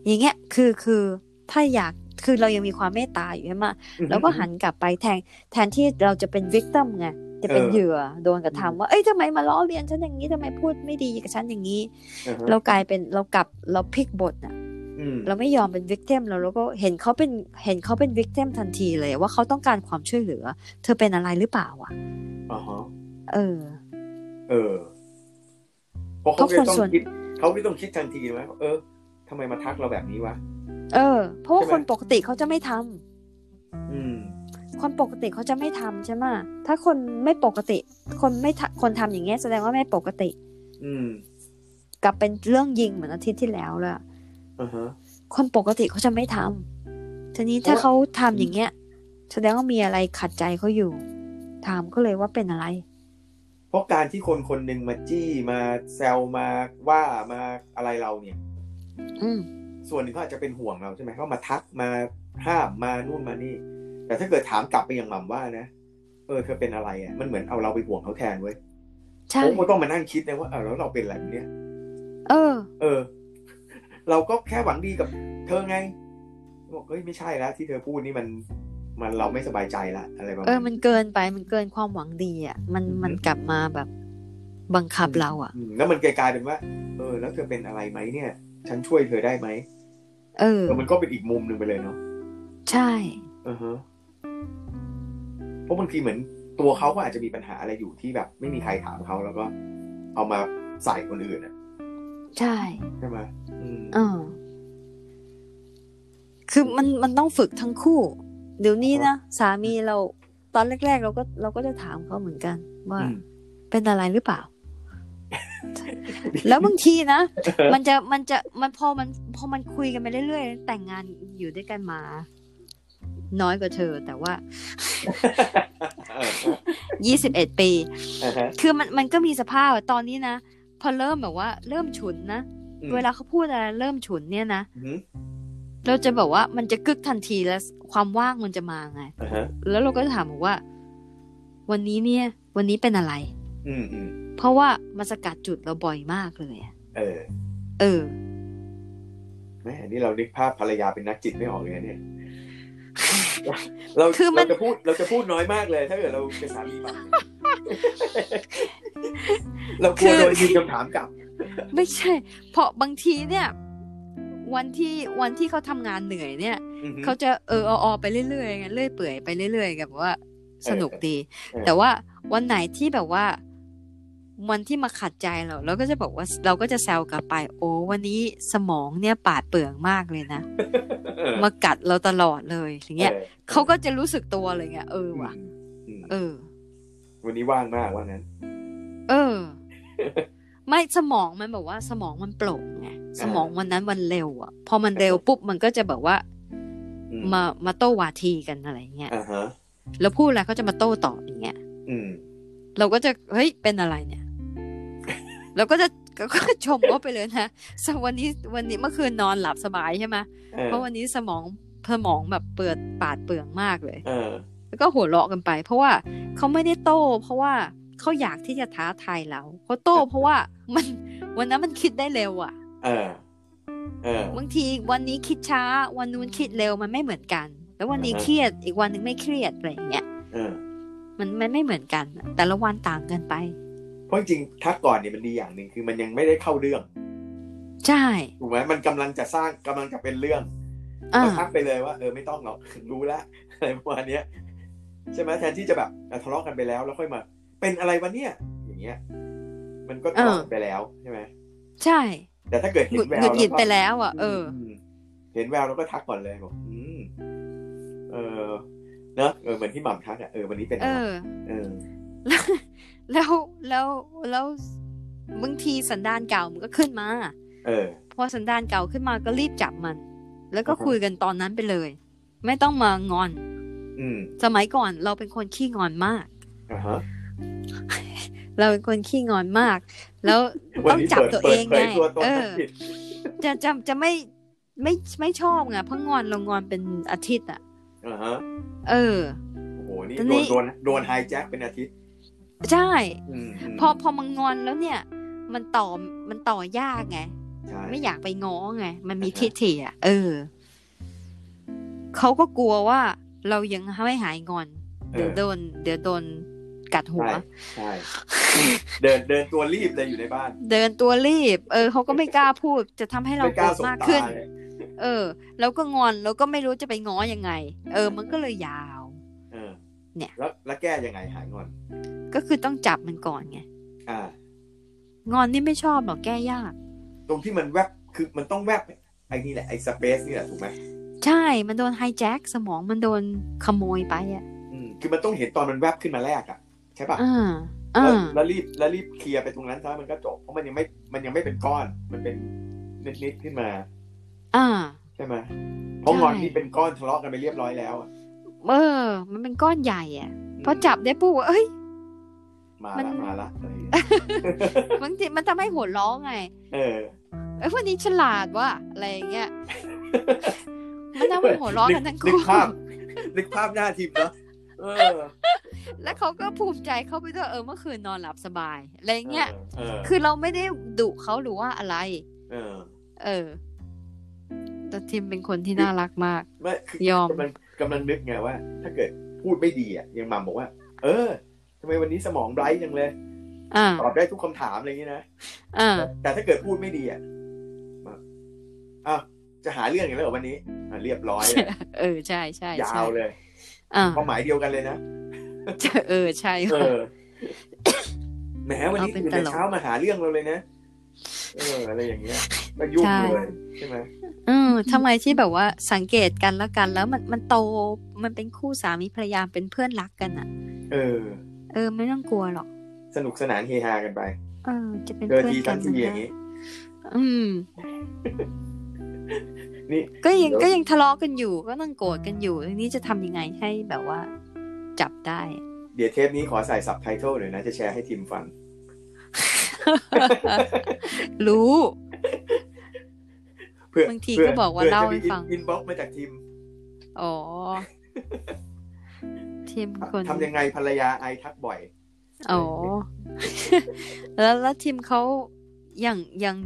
Speaker 1: อย่างเงี้ยคือคือถ้าอยากคือเรายังมีความเมตตาอยู่ใช่ไหมแล้วก็หันกลับไปแทนแทนที่เราจะเป็นวิกต i มไงจะเป็นเหยื่อโดนกระทำว่าเอ้ยทำไมมาล้อเลียนฉันอย่างนี้ทำไมพูดไม่ดีกับฉันอย่างนี้
Speaker 2: อือฮะ
Speaker 1: เรากลายเป็นเรากลับเราพลิกบทอะ
Speaker 2: อืม
Speaker 1: เราไม่ยอมเป็นวิกเ i มเราเราก็เห็นเขาเป็นเห็นเขาเป็นวิกเ i มทันทีเลยว่าเขาต้องการความช่วยเหลือ เธอเป็นอะไรหรือเปล่าอ่ะ
Speaker 2: อ่าฮะ
Speaker 1: เออ
Speaker 2: เออเพราะเขา
Speaker 1: เพ
Speaker 2: ไม่
Speaker 1: ราะคน
Speaker 2: ต้อง
Speaker 1: ส่วน
Speaker 2: คิดเขาไม่ต้องคิดทันทีว่าเออทำไมมาทักเราแบบนี้วะ
Speaker 1: เออ เพราะว่า
Speaker 2: ใช่ไหม
Speaker 1: คนปกติเขาจะไม่ทำ
Speaker 2: อืม
Speaker 1: คนปกติเขาจะไม่ทำใช่ไหมะถ้าคนไม่ปกติ คนไม่ทะคนทำอย่างเงี้ยแสดงว่าไม่ปกติ
Speaker 2: อืม
Speaker 1: กลับเป็นเรื่องยิงเหมือนอาทิตย์ที่แล้วเลยอะ
Speaker 2: อ่าฮะ
Speaker 1: คนปกติเขาจะไม่ทำทีนี้
Speaker 2: เพราะ
Speaker 1: ถ้าเขาทำอย่างเงี้ย แสดงว่ามีอะไรขัดใจเขาอยู่ ถามก็เลยว่าเป็นอะไร
Speaker 2: เพราะการที่คนคนหนึ่งมาจี้มาแซวมาว่ามาอะไรเราเนี่ย
Speaker 1: อืม
Speaker 2: ส่วนหนึ่งเขาอาจจะเป็นห่วงเราใช่ไหมเขามาทักมาห้ามมานู่นมานี่ แต่ถ้าเกิดถามกลับไปอย่างหม่ำว่านะเออเธอเป็นอะไรอ่ะมันเหมือนเอาเราไปห่วงเขาแทนเว้ย
Speaker 1: ใช่
Speaker 2: ผมก็ต้องมานั่งคิดนะว่าเออแล้วเราเป็นอะไรเนี่ย
Speaker 1: เออ
Speaker 2: เออ เราก็แค่หวังดีกับเธอไงบอกเฮ้ยไม่ใช่แล้วที่เธอพูดนี่มันมันเราไม่สบายใจละอะไรประมาณ
Speaker 1: เออ มันเกินไปมันเกินความหวังดีอ่ะ มันมันกลับมาแบบบังคับเราอ่ะ
Speaker 2: อืมแล้วมันกลายๆเป็นว่า เออ แล้วเธอเป็นอะไรไหมเนี่ย ฉันช่วยเธอได้ไหม
Speaker 1: เออ
Speaker 2: เออมันก็เป็นอีกมุมหนึ่งไปเลยเนาะ
Speaker 1: ใช่
Speaker 2: อือฮะเพราะบางทีเหมือนตัวเขาก็อาจจะมีปัญหาอะไรอยู่ที่แบบ ไม่มีใครถามเขาแล้วก็ เอามาใส่คนอื่นอ่ะ
Speaker 1: ใช่
Speaker 2: ใช่ไหมอืม
Speaker 1: อาคือมันมันต้องฝึกทั้งคู่ เดี๋ยวนี้นะสามีเราตอนแรก ๆ เราก็เราก็จะถามเขาเหมือนกัน ว่า
Speaker 2: อืม
Speaker 1: เป็นอะไรหรือ เปล่า แล้วบางทีนะมันจะมันจะมันพอมันพอมันคุยกันไปเรื่อยๆแต่งงานอยู่ด้วยกันมา น้อยกว่าเธอ แต่ว่า
Speaker 2: เออ
Speaker 1: ยี่สิบเอ็ดปี
Speaker 2: อ่าฮะ
Speaker 1: คือมันมันก็มีสภาพอะตอนนี้นะพอเริ่มแบบว่า เริ่มฉุนนะ
Speaker 2: อืม
Speaker 1: เวลาเขาพูดอะไรเริ่มฉุนเนี่ยนะ
Speaker 2: อืม
Speaker 1: เราจะแบบว่ามันจะกึกทันทีแล้วความว่างมันจะมาไง
Speaker 2: อ่าฮะ
Speaker 1: แล้วเราก็จะถามบอกว่า วันนี้เนี่ย วันนี้เป็นอะไร
Speaker 2: อืมอืม
Speaker 1: เพราะว่ามันสกัดจุดเราบ่อยมากเลยอะ
Speaker 2: เออ
Speaker 1: เออ
Speaker 2: แม่นี่เรานึกภาพภรรยาเป็นนักจิตไม่ออกเลยนะเนี่ย เรา
Speaker 1: คือมัน
Speaker 2: เราจะพูดเราจะพูดน้อยมากเลย ถ้าเกิดเราเป็นสามีใหม่เราพูดโดยยิงคำถามกลับ
Speaker 1: ไม่ใช่ เพราะบางทีเนี่ย วันที่วันที่เขาทำงานเหนื่อยเนี่ย
Speaker 2: อือฮึ
Speaker 1: เขาจะเออออๆไปเรื่อยๆไงเรื่อยเปื่อยไปเรื่อยๆกับว่าสนุกดี
Speaker 2: เออ
Speaker 1: แต่ว่าวันไหนที่แบบว่า วันที่มาขัดใจเราเราก็จะบอกว่าเราก็จะแซวกลับไป โอ้วันนี้สมองเนี่ยปาดเปลืองมากเลยนะมากัดเราตลอดเลยอย่างเงี้ย
Speaker 2: ออ
Speaker 1: เขาก็จะรู้สึกตัวเลยไงเออว่ะ
Speaker 2: อืม
Speaker 1: เออ
Speaker 2: วันนี้ว่างมากว่างั้น
Speaker 1: เออ ไม่สมองมันแบบว่าสมองมันโปร่งไงสมองวันนั้นวันเร็วอ่ะพอมันเร็วปุ๊บมันก็จะแบบว่า
Speaker 2: อื
Speaker 1: มามาโต้วาทีกันอะไรเงี้ย
Speaker 2: อ่าฮะ
Speaker 1: แล้วพูดอะไรเขาจะมาโต้ตอบอย่างเงี้ย
Speaker 2: อืม
Speaker 1: เราก็จะเฮ้ยเป็นอะไรเนี่ย เราก็จะ ก็ชมเขาไปเลยนะสวันนี้วันนี้เมื่อคืนนอนหลับสบายใช่ไหม
Speaker 2: เออ
Speaker 1: เพราะวันนี้สมองสมองแบบเปิดปาดเปลืองมากเลย
Speaker 2: เออ
Speaker 1: แล้วก็หัวเราะกันไป เพราะว่าเขาไม่ได้โต้ เพราะว่าเขาอยากที่จะท้าทายเราเขาโต้เพราะว่ามันวันนั้นมันคิดได้เร็วอะ่ะ
Speaker 2: เออ เออ
Speaker 1: บางทีวันนี้คิดช้า วันนู้นคิดเร็วมันไม่เหมือนกัน แล้ววันนี้
Speaker 2: อ่าฮะ
Speaker 1: เครียดอีกวันหนึงไม่เครียดอะไรอย่างเงี้ย
Speaker 2: เออ
Speaker 1: มันมันไม่เหมือนกันอะแต่ละวันต่างกันไป
Speaker 2: เพราะจริงๆทักก่อนเนี่ยมันดีอย่างหนึ่งคือมันยังไม่ได้เข้าเรื่อง
Speaker 1: ใช่
Speaker 2: ถูกไหมมันกำลังจะสร้างกำลังจะเป็นเรื่อง
Speaker 1: อ่า
Speaker 2: ก็ทักไปเลยว่าเออไม่ต้องหรอก รู้ละอะไรประมาณเนี้ยใช่ไหมแทนที่จะแบบอ่ะทะเลาะกันไปแล้วแล้วค่อยมา เป็นอะไรวะเนี่ย อย่างเงี้ย มันก็ทะเลาะกันไปแล้วใช่ไหม
Speaker 1: ใช่
Speaker 2: แต่ถ้าเกิด
Speaker 1: ห
Speaker 2: เห็
Speaker 1: งุ
Speaker 2: น
Speaker 1: ดห
Speaker 2: แว
Speaker 1: งุ
Speaker 2: ว
Speaker 1: ดหงิด
Speaker 2: ก็
Speaker 1: ไปแล้วอ่ะเออ
Speaker 2: มเห็นแววแล้วก็ทักก่อนเลยบอกอืมเออเนอะเออเหมือนที่หม่ำทักอ่ะเออวันนี้เป็น
Speaker 1: เอ
Speaker 2: อะไร
Speaker 1: อ
Speaker 2: เออ
Speaker 1: แล้วแล้ว แล้วแล้วบางทีสันดานเก่ามันก็ขึ้นมา
Speaker 2: เออ
Speaker 1: พอสันดานเก่าขึ้นมาก็รีบจับมัน แล้วก็
Speaker 2: อือฮะ
Speaker 1: คุยกันตอนนั้นไปเลย ไม่ต้องมางอน
Speaker 2: อืม
Speaker 1: สมัยก่อนเราเป็นคนขี้งอนมาก
Speaker 2: อ่าฮะ
Speaker 1: เราเป็นคนขี้งอนมาก แล้ว
Speaker 2: วั
Speaker 1: ต้อ
Speaker 2: น
Speaker 1: ง
Speaker 2: นี้
Speaker 1: จับ
Speaker 2: เปิด
Speaker 1: ตัว
Speaker 2: เปิ
Speaker 1: เอ
Speaker 2: ด
Speaker 1: ง
Speaker 2: เผ
Speaker 1: ไง
Speaker 2: ยตัวตน
Speaker 1: เอ
Speaker 2: ทั้
Speaker 1: อง
Speaker 2: ผิด
Speaker 1: จะจะจะไม่ไม่ไม่ชอบไงเพราะงอนเรางอนเป็นอาทิตย์อ่ะ
Speaker 2: อ่าฮะ
Speaker 1: เออ
Speaker 2: โอ้โหนี่
Speaker 1: ตอน
Speaker 2: โด
Speaker 1: นี้
Speaker 2: นโดนโดนไฮแจ็คเป็นอาทิตย์
Speaker 1: ใช่
Speaker 2: อืมม
Speaker 1: พอพอมันงอนแล้วเนี่ย มันต่อมันต่อยากไง
Speaker 2: ใช่
Speaker 1: ไม่อยากไปง้อไง มันมี
Speaker 2: อ่าฮะ
Speaker 1: ทิฐิอ่ะ เออ เขาก็กลัวว่าเรายังไม่หายงอน
Speaker 2: เอ
Speaker 1: เดี๋ยว
Speaker 2: อ
Speaker 1: โดน เดี๋ยวโดนกัดหัว
Speaker 2: ใช่ใช่เดินเดินตัวรีบเลยอยู่ในบ้าน
Speaker 1: เดินตัวรีบ เออเขาก็ไม่กล้าพูด จะทำให้เรา
Speaker 2: ไม่
Speaker 1: โก
Speaker 2: ก
Speaker 1: ร
Speaker 2: ล้า
Speaker 1: ธ
Speaker 2: สบ
Speaker 1: มาก
Speaker 2: ตา
Speaker 1: ขึ้น
Speaker 2: เลย
Speaker 1: เออ แล้วก็งอนแล้วก็ไม่รู้จะไปง้อยังไง เออ มันก็เลยยาว
Speaker 2: เออ
Speaker 1: เนี่ย
Speaker 2: แล้วแล้วแก้ยังไงหายงอน
Speaker 1: ก็คือต้องจับมันก่อนไง
Speaker 2: อ่า
Speaker 1: งอนนี่ไม่ชอบหรอกแก้ยาก
Speaker 2: ตรงที่มันแวบคือมันต้องแวบไอ้นี่แหละไอ้สเปซนี่แหละถูกไหม
Speaker 1: ใช่ มันโดนไฮแจ็คสมองมันโดนขโมยไปอ่ะ
Speaker 2: อืมคือมันต้องเห็นตอนมันแวบขึ้นมาแรกอะใช่ปะ
Speaker 1: อ่า
Speaker 2: แล้ว
Speaker 1: อ่า
Speaker 2: แล้วรีบแล้วรีบเคลียร์ไปตรงนั้นซะมันก็จบเพราะมันยังไม่มันยังไม่เป็นก้อน มันเป็นนิดๆขึ้นมา
Speaker 1: อ่า
Speaker 2: ใช่ไหมเพราะงอน
Speaker 1: ใช่
Speaker 2: ที่เป็นก้อนทะเลาะกันไปเรียบร้อยแล้วอะ
Speaker 1: เออ มันเป็นก้อนใหญ่อ่ะ
Speaker 2: ม
Speaker 1: พอจับได้ปุ๊บเอ้ย
Speaker 2: มา
Speaker 1: มัน
Speaker 2: ละมา ละอะไรอย่างเงี้ย
Speaker 1: บางทีมันทำให้หัวเร้องไง
Speaker 2: เออ
Speaker 1: เอ้ยวันนี้ฉลาดว่ะอะไรอย่างเงี้ย มันทำให้หัวเร้องกันทั้ง
Speaker 2: นึ
Speaker 1: คู่
Speaker 2: ภาพนึกภาพหน้าทีมเนาะเออ
Speaker 1: แล้วเขาก็ภูมิใจเข้าไปด้วยเออเมื่อคืนนอนหลับสบายอะไรอย่างเงี้ย
Speaker 2: เออ
Speaker 1: คือเราไม่ได้ดุเขาหรือว่าอะไร
Speaker 2: เออ
Speaker 1: เออ แต่ทิมเป็นคนที่น่ารักมาก
Speaker 2: ไม่คือย
Speaker 1: อม
Speaker 2: กำลังกำลังนึกไงว่า ถ้าเกิดพูดไม่ดีอ่ะยังหมัมบอกว่า เออทำไมวันนี้สมองไบรท์จังเลย
Speaker 1: อ่า
Speaker 2: ตอบได้ทุกคำถามอะไรอย่างงี้นะ
Speaker 1: อ่า
Speaker 2: แต่ถ้าเกิดพูดไม่ดีอ่ะแบบอ้าวจะหาเรื่องอีกแล้วเหรอวันนี้อ่ะเรียบร้อยเลย
Speaker 1: เออใช่ใช่
Speaker 2: ยา
Speaker 1: ใช่
Speaker 2: วเลย
Speaker 1: อ่า
Speaker 2: ความหมายเดียวกันเลยนะ
Speaker 1: เออใช่
Speaker 2: เอ
Speaker 1: ว่ะ
Speaker 2: อ แหมวันนี้
Speaker 1: เอาเป็น
Speaker 2: ตื่นแต่
Speaker 1: ตลก
Speaker 2: เช้ามาหาเรื่องเราเลยนะ เออ อะไรอย่างเงี้ยก็ยุ่งเลยใช่ไหม
Speaker 1: เออทำไมที่แบบว่าสังเกตกันแล้วกันแล้วมันมันโตมันเป็นคู่สามีภรรยาเป็นเพื่อนรักกันอ่ะ
Speaker 2: เออ
Speaker 1: เออไม่ต้องกลัวหรอก
Speaker 2: สนุกสนานเฮฮากันไป
Speaker 1: เออ จะเป็น
Speaker 2: เจอ
Speaker 1: เพื่อน
Speaker 2: ที
Speaker 1: กั
Speaker 2: ทั
Speaker 1: น
Speaker 2: นที
Speaker 1: นะ
Speaker 2: อย่างนี้
Speaker 1: อืม
Speaker 2: นี่
Speaker 1: ก็ยัง
Speaker 2: เดี๋ยว
Speaker 1: ก็ยังทะเลาะกันอยู่ ก็ต้องโกรธกันอยู่ทีนี้จะทำยังไงให้แบบว่า จับได้
Speaker 2: เดี๋ยวเทปนี้ขอใส่ซับไตเติลหน่อยนะ จะแชร์ให้ทีมฟัง
Speaker 1: รู้
Speaker 2: เพื่อบ
Speaker 1: างทีก็บอกว่าเล่าให้ฟัง
Speaker 2: อินบ็อกมาจากทีม
Speaker 1: อ๋อทีมคน
Speaker 2: ทำยังไงภรรยาไอทักบ่อย
Speaker 1: อ๋อ แล้วแล้วทีมเขาอย่างอย่าง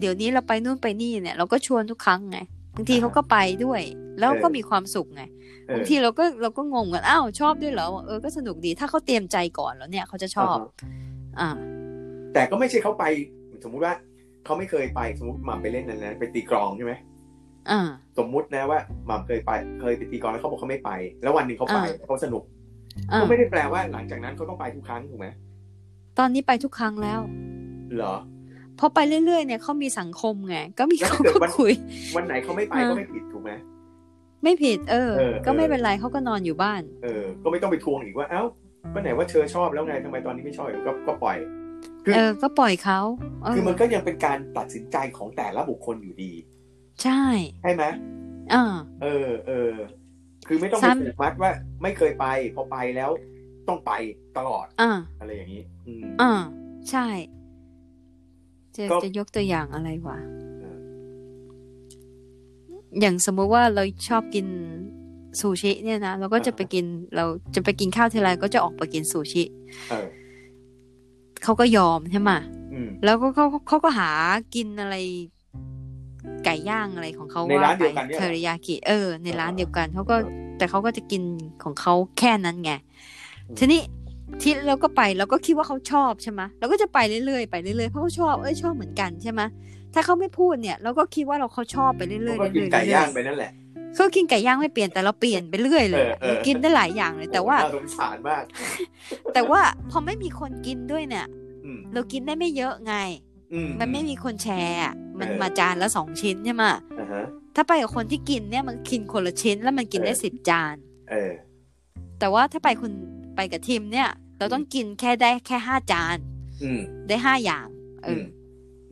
Speaker 1: เดี๋ยวนี้เราไปนู่นไปนี่เนี่ย เราก็ชวนทุกครั้งไงบางทีเขาก็ไปด้วย แล้วก็มีความสุขไง
Speaker 2: เออบ
Speaker 1: างทีเราก็เราก็งงกัน อ้าวชอบด้วยเหรอ เออ ก็สนุกดี ถ้าเขาเตรียมใจก่อนแล้วเนี่ยเขาจะชอบ
Speaker 2: าฮะ
Speaker 1: อ่า
Speaker 2: แต่ก็ไม่ใช่เขาไปสมมุติว่าเขาไม่เคยไปสมมติหม่ำไปเล่นนั้นนะไปตีกลองใช่ไหม
Speaker 1: อ่า
Speaker 2: สมมุตินะว่าหม่ำเคยไปเคยไปตีกลองแล้วเขาบอกเขาไม่ไป แล้ววันหนึ่งเขาไป
Speaker 1: อ่า
Speaker 2: แล้วเขาสนุก
Speaker 1: อ่า
Speaker 2: ก็ไม่ได้แปลว่าหลังจากนั้นเขาต้องไปทุกครั้งถูกไหม
Speaker 1: ตอนนี้ไปทุกครั้งแล้ว
Speaker 2: เหรอ
Speaker 1: พอไปเรื่อยๆเนี่ยเขามีสังคมไง ก็มี
Speaker 2: แล้ว
Speaker 1: เขา
Speaker 2: ถ้าเกิ
Speaker 1: ก็
Speaker 2: ดวัน
Speaker 1: คุย
Speaker 2: วันไหนเขาไม่ไป
Speaker 1: เออ
Speaker 2: ก็ไม่ผิดถูกไหม
Speaker 1: ไม่ผิด เออ
Speaker 2: เออ
Speaker 1: ก็ไม่
Speaker 2: เออ
Speaker 1: เป็นไรเขาก็นอนอยู่บ้าน
Speaker 2: เออ ก็ไม่ต้องไปทวงอีกว่า เอ้าวันไหนว่าเธอชอบแล้วไงทำไมตอนนี้ไม่ชอบก็ก็ปล่อย คือ
Speaker 1: เออ ก็ปล่อยเขาเออ
Speaker 2: คือมันก็ยังเป็นการตัดสินใจของแต่ละบุคคลอยู่ดี
Speaker 1: ใช่
Speaker 2: ใช่ไหม
Speaker 1: อ่า
Speaker 2: เออ เออ คือไม่ต้องไป
Speaker 1: ซ้ำ
Speaker 2: ผูกมัดว่าไม่เคยไป พอไปแล้วต้องไปตลอด
Speaker 1: อ่า
Speaker 2: อะไรอย่างนี้ อืม
Speaker 1: อ่า ใช่ จะ
Speaker 2: ก็
Speaker 1: จะยกตัวอย่างอะไรวะ อย่างสมมุติว่าเราชอบกินซูชิเนี่ยนะ เราก็จะไปกินเราจะไปกินข้าวทีไรก็จะออกไปกินซูชิ
Speaker 2: เออ
Speaker 1: เขาก็ยอมใช่ไหมะ
Speaker 2: อืม
Speaker 1: แล้วก็เขาเขาก็หากินอะไร ไก่ย่างอะไรของเขา
Speaker 2: ในร้าน
Speaker 1: ไป
Speaker 2: เดียวกันเนี่ยเหรอ
Speaker 1: เทอริยากิเออในร้านเดียวกันเขาก็
Speaker 2: เอ
Speaker 1: แต่เขาก็จะกินของเขาแค่นั้นไง
Speaker 2: อืม
Speaker 1: ทีนี้ที่เราก็ไปเราก็คิดว่าเขาชอบใช่ไหมะเราก็จะไปเรื่อยๆไปเรื่อยๆเพราะเขาชอบเอ้ยชอบเหมือนกันใช่ไหมะถ้าเขาไม่พูดเนี่ย เราก็คิดว่าเราเขาชอบไปเรื่อยๆเรื่
Speaker 2: เขา
Speaker 1: อยๆ
Speaker 2: ก็กินไก่ย่างไป
Speaker 1: เรื่อ
Speaker 2: นั่นแหละ
Speaker 1: ๆเขากินไก่ย่างไม่เปลี่ยนแต่เราเปลี่ยนไปเรื่อยเลย
Speaker 2: เออเออ
Speaker 1: เรากินได้หลายอย่างเลยแต่ว่า
Speaker 2: โอ้น่สงสารมาก
Speaker 1: แต่ว่าพอไม่มีคนกินด้วยเนี่ย
Speaker 2: อืม
Speaker 1: เรากินได้ไม่เยอะไง
Speaker 2: อืม
Speaker 1: มันไม่มีคนแชร์อะมัน
Speaker 2: เออ
Speaker 1: มาจานละสองชิ้นใช่ไหมะ
Speaker 2: อ่าฮะ
Speaker 1: ถ้าไปกับคนที่กินเนี่ยมันกินคนละชิ้นแล้วมันกินได้
Speaker 2: เออ
Speaker 1: สิบจาน
Speaker 2: เออ
Speaker 1: แต่ว่าถ้าไปคุณไปกับทีมเนี่ย เราต้องกินแค่ได้แค่ห้าจาน
Speaker 2: อืม
Speaker 1: ได้ห้าอย่างเออ
Speaker 2: ม
Speaker 1: อ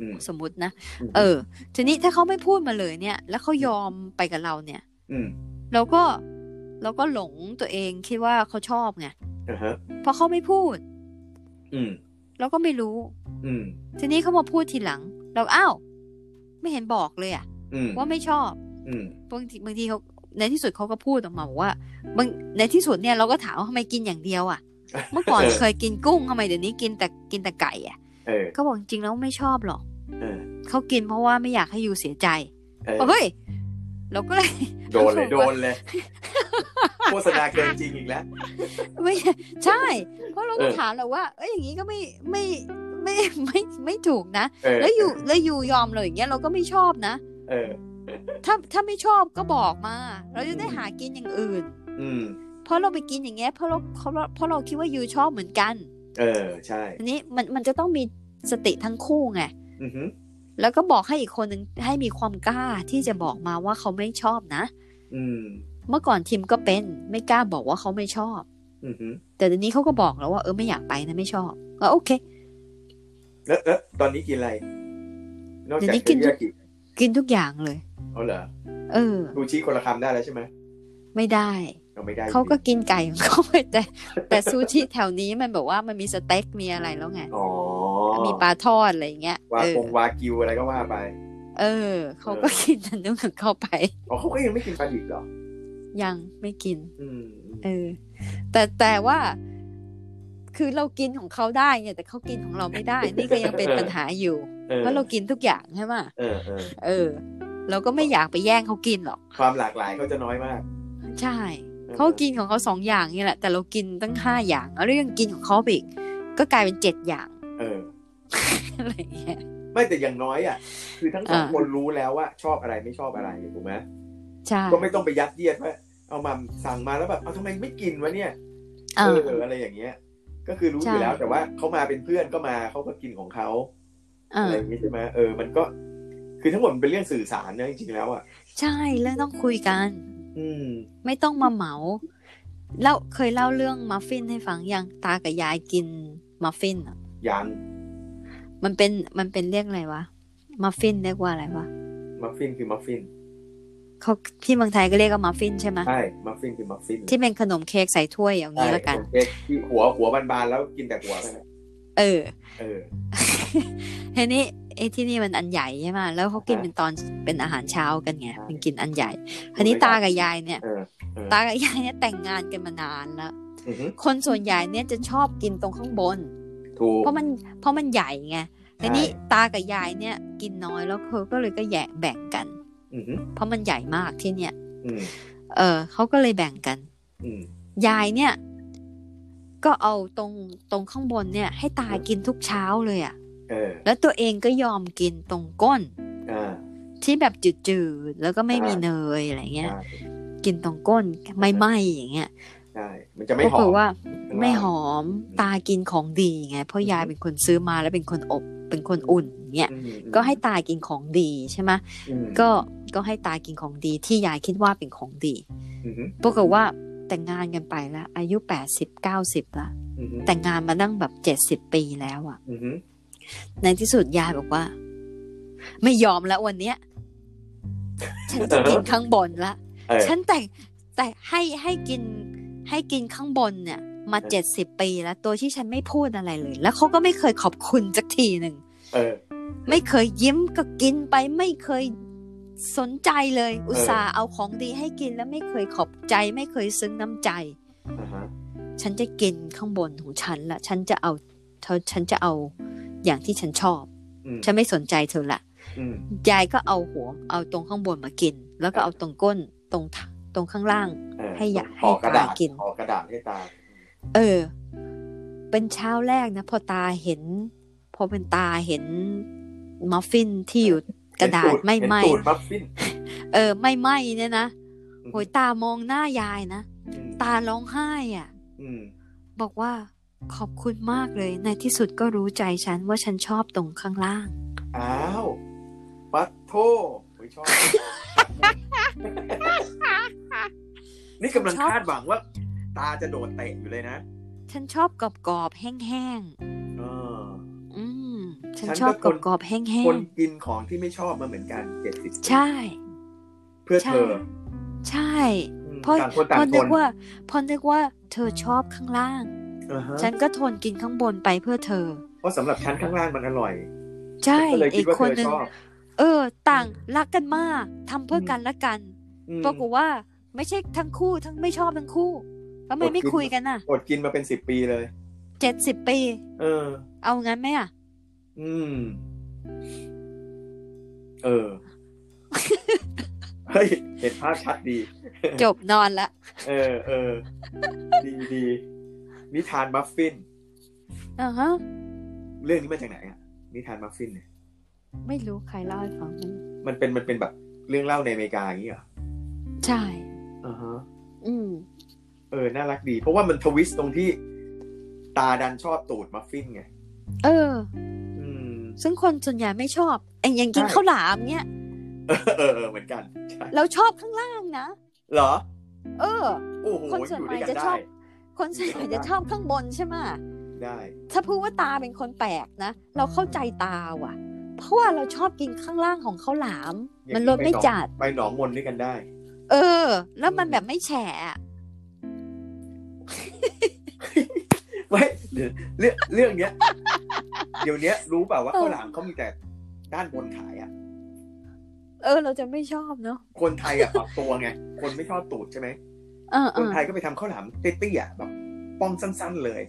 Speaker 2: อืม
Speaker 1: สมมตินะเออ ทีนี้ถ้าเขาไม่พูดมาเลยเนี่ย แล้วเขายอมไปกับเราเนี่ย
Speaker 2: อืม
Speaker 1: เราก็เราก็หลงตัวเองคิดว่าเขาชอบไง
Speaker 2: อ่าฮะ
Speaker 1: เพราะเขาไม่พูด
Speaker 2: อืม
Speaker 1: เราก็ไม่รู้
Speaker 2: อืม
Speaker 1: ทีนี้เขามาพูดทีหลัง เราอ้าวไม่เห็นบอกเลยอะ
Speaker 2: อืม
Speaker 1: ว่าไม่ชอบ
Speaker 2: อืม
Speaker 1: บางทีบางทีเขาในที่สุดเขาก็พูดออกมาบอกว่าบางในที่สุดเนี่ยเราก็ถามว่าทำไมกินอย่างเดียวอะ่ะ เมื่อก่อน
Speaker 2: เออ
Speaker 1: เคยกินกุ้งทำไมเดี๋ยวนี้กินแต่กินแต่ไก่อะ่ะ
Speaker 2: เออ
Speaker 1: เขาบอกจริงๆแล้วไม่ชอบหรอก
Speaker 2: เออ
Speaker 1: เขากินเพราะว่าไม่อยากให้ยูเสียใจ
Speaker 2: เออ
Speaker 1: บอกเฮ้ยเราก็เลย
Speaker 2: โดนเลยโดนเลย โฆษณาเกินจริงอีกแล้ว
Speaker 1: ไม่ใช่ เพราะเราก็
Speaker 2: เออ
Speaker 1: ถามแหละว่าเอ้ยอย่างนี้ก็ไม่ไม่ไม่ไม่ไม่ถูกนะ
Speaker 2: เออ
Speaker 1: แล้วอยู่แล้วอยู่ยอมเลยอย่างเงี้ยเราก็ไม่ชอบนะ
Speaker 2: เออ
Speaker 1: ถ้าถ้าไม่ชอบก็บอกมา เราจะได้หากินอย่างอื่น
Speaker 2: อืม
Speaker 1: เพราะเราไปกินอย่างเงี้ยเพราะเราเพราะเราเพราะเราคิดว่ายูชอบเหมือนกัน
Speaker 2: เออ ใช่
Speaker 1: ทีนี้มันมันจะต้องมีสติทั้งคู่ไง
Speaker 2: อือฮึ
Speaker 1: แล้วก็บอกให้อีกคนหนึ่งให้มีความกล้าที่จะบอกมาว่าเขาไม่ชอบนะ
Speaker 2: อืม
Speaker 1: เมื่อก่อนทิมก็เป็นไม่กล้าบอกว่าเขาไม่ชอบ
Speaker 2: อือฮึ
Speaker 1: แต่เดี๋ยวนี้เขาก็บอกแล้วว่าเออไม่อยากไปนะไม่ชอบก็โอเค
Speaker 2: แล้วแล้วตอนนี้กินอะไร นอก
Speaker 1: เดี๋
Speaker 2: จา
Speaker 1: ว
Speaker 2: ย ก
Speaker 1: นี้กิ
Speaker 2: กิ
Speaker 1: น
Speaker 2: นยากิ
Speaker 1: กินทุกอย่างเลย
Speaker 2: เอาเหรอ
Speaker 1: เออ
Speaker 2: ซูชิคนละคำได้แล้วใช่ไหม
Speaker 1: ไม่ได้
Speaker 2: เราไม่ได้
Speaker 1: เขาก็กินไก่ของเขาไปแต่ แต่ซูชิแถวนี้มันแบบว่ามันมีสเต็กมีอะไรแล้วไง
Speaker 2: อ๋อ
Speaker 1: มีปลาทอดอะไรอย่างเงี้ยว
Speaker 2: า
Speaker 1: เออ
Speaker 2: คงวากิวอะไรก็ว่าไป
Speaker 1: เออเขาก็กินอันนู้นของเขาไป
Speaker 2: อ๋อเขาก็ยังไม่กินปลาดิบเหรอ
Speaker 1: ยังไม่กิน
Speaker 2: อืมอืม
Speaker 1: เออ แต่แต่ว่า คือเรากินของเขาได้ไงแต่เขากินของเราไม่ ได้ นี่ก็ยังเป็นปัญหาอยู่
Speaker 2: เออ
Speaker 1: เพราะเรากินทุกอย่างใช่ไหม
Speaker 2: เออเออ
Speaker 1: เออ เราก็ไม่อยากไปแย่งเขากินหรอก
Speaker 2: ความหลากหลายเขาจะน้อยมาก
Speaker 1: ใช่ เขากินของเขาสองอย่างนี่แหละ แต่เรากินตั้งห้าอย่างแล้วยังกินของเขาไปอีกก็กลายเป็นเจ็ดอย่าง
Speaker 2: เออ
Speaker 1: อะไรอย่างเงี้ย
Speaker 2: ไม่แต่อย่างน้อยอ่ะ คือทั้งสอง
Speaker 1: อ่า
Speaker 2: คนรู้แล้วว่าชอบอะไรไม่ชอบอะไรถูกไหม
Speaker 1: ใช่
Speaker 2: ก็ไม่ต้องไปยัดเยียดว่าเอามาสั่งมาแล้วแบบเอาทำไมไม่กินวะเนี่ย
Speaker 1: เออ
Speaker 2: เอออะไรอย่างเงี้ย ก็คือรู้อยู่
Speaker 1: ใช่
Speaker 2: แล้วแต่ว่าเขามาเป็นเพื่อนก็มาเขาก็กินของเขา
Speaker 1: เอ
Speaker 2: อะไร
Speaker 1: อ
Speaker 2: อย่างเงี้ยใช่ไหมเออมันก็ คือทั้งหมดมันเป็นเรื่องสื่อสารนะจริงๆแล้วอ่ะ
Speaker 1: ใช่แล้วต้องคุยกัน
Speaker 2: อืม
Speaker 1: ไม่ต้องมาเหมาเล่าเคยเล่าเรื่องมัฟฟินให้ฟังยังตากับยายกินมัฟฟินอะ
Speaker 2: อย่าง
Speaker 1: มันเป็นมันเป็นเรียกอะไรวะมัฟฟินเรียกว่าอะไรวะ
Speaker 2: มัฟฟินคือมัฟฟิน
Speaker 1: เขาที่เมืองไทยก็เรียกว่ามัฟฟินใช่ไหม
Speaker 2: ใช่มัฟฟินคือมัฟฟิน
Speaker 1: ที่เป็นขนมเค้กใส่ถ้วยอย่าง
Speaker 2: ใช่
Speaker 1: นี้ละกัน
Speaker 2: ผมเช็คที่หัวหัวบานๆแล้วกินแต่หัวไปนะ
Speaker 1: เออ
Speaker 2: เออ
Speaker 1: ทีนี้ไอ้ที่นี่มันอันใหญ่ใช่ไหมแล้วเขากิน
Speaker 2: อ่า
Speaker 1: เป็นตอนเป็นอาหารเช้ากันไง
Speaker 2: ใช่
Speaker 1: มันกินอันใหญ่ทีนี้ตากับยายเนี่ย
Speaker 2: เออ อ
Speaker 1: ตากับยายเนี่ยแต่งงานกันมานานแล้ว
Speaker 2: อือฮึ
Speaker 1: คนส่วนใหญ่เนี่ยจะชอบกินตรงข้างบน
Speaker 2: ถูก
Speaker 1: เพราะมันเพราะมันใหญ่ไง
Speaker 2: ใช่
Speaker 1: ทีนี้ตากับยายเนี่ยกินน้อยแล้วเขาก็เลยก็แยกแบ่งกัน
Speaker 2: อือฮึ
Speaker 1: เพราะมันใหญ่มากที่เนี่ย
Speaker 2: อืม
Speaker 1: เออเขาก็เลยแบ่งกัน
Speaker 2: อืม
Speaker 1: ยายเนี่ย ก็เอาตรงตรงข้างบนเนี่ย ให้ตากินทุกเช้าเลยอะ่ะ
Speaker 2: เออ
Speaker 1: แล้วตัวเองก็ยอมกินตรงก้น
Speaker 2: อ่า
Speaker 1: ที่แบบจืดๆแล้วก็ไม่มี
Speaker 2: อ่า
Speaker 1: เนยอะไรเงี้ย
Speaker 2: อ่า
Speaker 1: กินตรงก้นไม่ไหมอย่างเงี้ย
Speaker 2: ใช่มันจะไม่
Speaker 1: ก็
Speaker 2: หอ
Speaker 1: คื
Speaker 2: ม
Speaker 1: ว่า
Speaker 2: ข้างล่าง
Speaker 1: ไม่หอมตากินของดีไงเพราะยายเป็นคนซื้อมาแล้วเป็นคนอบ เป็นคนอุ่นเนี่ย
Speaker 2: อืม
Speaker 1: ก็ให้ตากินของดีใช่ไหม
Speaker 2: อืม
Speaker 1: ก็ก็ให้ตากินของดีที่ยายคิดว่าเป็นของดี
Speaker 2: อืม
Speaker 1: ปรากฏว่าแต่งงานกันไปแล้ว อายุ 80 90ละ
Speaker 2: อืม
Speaker 1: แต่งงานมานั่งแบบ 70 ปีแล้วอะ
Speaker 2: อืม
Speaker 1: ในที่สุดยายบอกว่า ไม่ยอมแล้ววันเนี้ยฉันจะกินข้างบนละ
Speaker 2: เออ
Speaker 1: ฉันแต่งแต่ให้ให้กินให้กินข้างบนเนี่ย มา
Speaker 2: เออ
Speaker 1: เจ็ดสิบปีแล้ว ตัวที่ฉันไม่พูดอะไรเลย แล้วเขาก็ไม่เคยขอบคุณสักทีหนึ่ง
Speaker 2: เออ
Speaker 1: ไม่เคยยิ้มก็กินไปไม่เคยสนใจเลย อุตส่าห์เอาของดีให้กินแล้วไม่เคยขอบใจ ไม่เคยซึ้งน้ำใจ
Speaker 2: อ่าฮะ
Speaker 1: ฉันจะกินข้างบนของฉันละฉันจะเอาเธอฉันจะเอาอย่างที่ฉันชอบ
Speaker 2: อืม
Speaker 1: ฉันไม่สนใจเธอละ
Speaker 2: อืม
Speaker 1: ยายก็เอาหัวเอาตรงข้างบนมากิน แล้วก็เอาตรงก้นตรงทะตรงข้างล่าง
Speaker 2: เออ
Speaker 1: ให้อยาก
Speaker 2: ห่อกระดาษ
Speaker 1: ให้ตากิน
Speaker 2: ห่อกระดาษให้ตา
Speaker 1: เออ เป็นเช้าแรกนะ พอตาเห็น พอเป็นตาเห็นมัฟฟินที่อยู่กระดาษไม่
Speaker 2: เห็น
Speaker 1: ไหม
Speaker 2: ตูดมัฟฟิน
Speaker 1: เออ ไม่ไหมเนี่ยนะโหยตามองหน้ายายนะ
Speaker 2: อืม
Speaker 1: ตาร้องไห้อ่ะ
Speaker 2: อืม
Speaker 1: บอกว่าขอบคุณมากเลย ในที่สุดก็รู้ใจฉันว่าฉันชอบตรงข้างล่าง
Speaker 2: อ้าวปัดโทโอ้ยชอบ นี่กำลัง
Speaker 1: ชอบ
Speaker 2: คาดหวังว่า ตาจะโดนเตะอยู่เลยนะ
Speaker 1: ฉันชอบกรอบๆแห้ง
Speaker 2: เออ
Speaker 1: ๆอืม ฉัน
Speaker 2: ฉันก็
Speaker 1: ชอบ
Speaker 2: ค
Speaker 1: ก
Speaker 2: น
Speaker 1: รอบๆแห้
Speaker 2: ค
Speaker 1: ง
Speaker 2: นกินของที่ไม่ชอบมาเหมือนกันเจ็ดสิบ
Speaker 1: ๆใช่
Speaker 2: เพื่อ
Speaker 1: ใช่
Speaker 2: เธอ
Speaker 1: ใช่
Speaker 2: อืม
Speaker 1: เพราะ
Speaker 2: ต่างคน
Speaker 1: เพ
Speaker 2: ต่าง
Speaker 1: ราะ
Speaker 2: ค
Speaker 1: นึก
Speaker 2: น
Speaker 1: ว่าเพราะนึกว่าเธอชอบข้างล่าง
Speaker 2: อ่าฮะ
Speaker 1: ฉันก็ทนกินข้างบนไปเพื่อเธอ
Speaker 2: เพราะสำหรับชั้นข้างล่างมันอร่อย
Speaker 1: ใช่
Speaker 2: ก็เลยคิ
Speaker 1: อี
Speaker 2: ด
Speaker 1: ก
Speaker 2: ว่า
Speaker 1: คน
Speaker 2: เธ
Speaker 1: นึ
Speaker 2: อง ชอบ
Speaker 1: เออ ต่างรักกันมากทำเพื่อกันและกัน
Speaker 2: อืม
Speaker 1: ปรากฏว่าไม่ใช่ทั้งคู่ทั้งไม่ชอบทั้งคู่ทำไม
Speaker 2: อดกิน
Speaker 1: ไม่คุยกันน่ะ
Speaker 2: อดกินมาเป็นสิบปีเลย
Speaker 1: เจ็ดสิบปี
Speaker 2: เออ
Speaker 1: เอางั้นไหม อ่ะ
Speaker 2: อืม เอ อ เฮ้ย เห็นภาพชัดดี
Speaker 1: จบนอนละ
Speaker 2: เออ เออ ดีดีนิทานมัฟฟิน
Speaker 1: อ่าฮะ
Speaker 2: เรื่องนี้มาจากไหนอะนิทานมัฟฟินเนี่ย
Speaker 1: ไม่รู้ใครเล่าให้ฟังมั้ย
Speaker 2: มันเป็นมันเป็นแบบเรื่องเล่าในอเมริกาอย่างนี้เหรอ
Speaker 1: ใช่
Speaker 2: อ่าฮะ
Speaker 1: อืม
Speaker 2: เออ น่ารักดี เพราะว่ามันทวิสต์ตรงที่ ตาดันชอบตูดมัฟฟินไง
Speaker 1: เออ
Speaker 2: อืม
Speaker 1: ซึ่งคนส่วนใหญ่ไม่ชอบไอ้ยังกิน
Speaker 2: ใช่
Speaker 1: ข้าวหลามเนี่ย
Speaker 2: เออเออเออเหมือนกัน ใช่
Speaker 1: เราชอบข้างล่างนะ
Speaker 2: เหรอ
Speaker 1: เออ
Speaker 2: โอ้โห
Speaker 1: คนส่
Speaker 2: อ
Speaker 1: วน
Speaker 2: ยู่
Speaker 1: ให
Speaker 2: ด้ว
Speaker 1: ญ่
Speaker 2: ยกัน
Speaker 1: จะช
Speaker 2: ได้
Speaker 1: อบ คนส่วนใหญ่จะชอบข้างบนใช่ไหมะ
Speaker 2: ได้
Speaker 1: ถ้าพูดว่าตาเป็นคนแปลกนะ เราเข้าใจตาว่ะ เพราะว่าเราชอบกินข้างล่างของข้าวหลาม
Speaker 2: อย่าง
Speaker 1: มันรสไม่
Speaker 2: ปหอง
Speaker 1: จัด
Speaker 2: ไปหนองมนด้วยกันได้
Speaker 1: เออ แล้วมันแบบไม่แฉะ
Speaker 2: ไม่เดี๋ยวเรื่องเรื่องเนี้ย เดี๋ยวเนี้ยรู้เปล่าว่าข้าวหลามเขามีแต่ด้านบนขายอ่ะ
Speaker 1: เออ เราจะไม่ชอบเนาะ
Speaker 2: คนไทยอ่ะปรับตัวไง คนไม่ชอบตูดใช่ไหม
Speaker 1: เออเอ
Speaker 2: คน
Speaker 1: อ
Speaker 2: ไทยก็ไปทำข้าวหลามเตี้ยๆอ่ะแบบป้องสั้น ๆเลย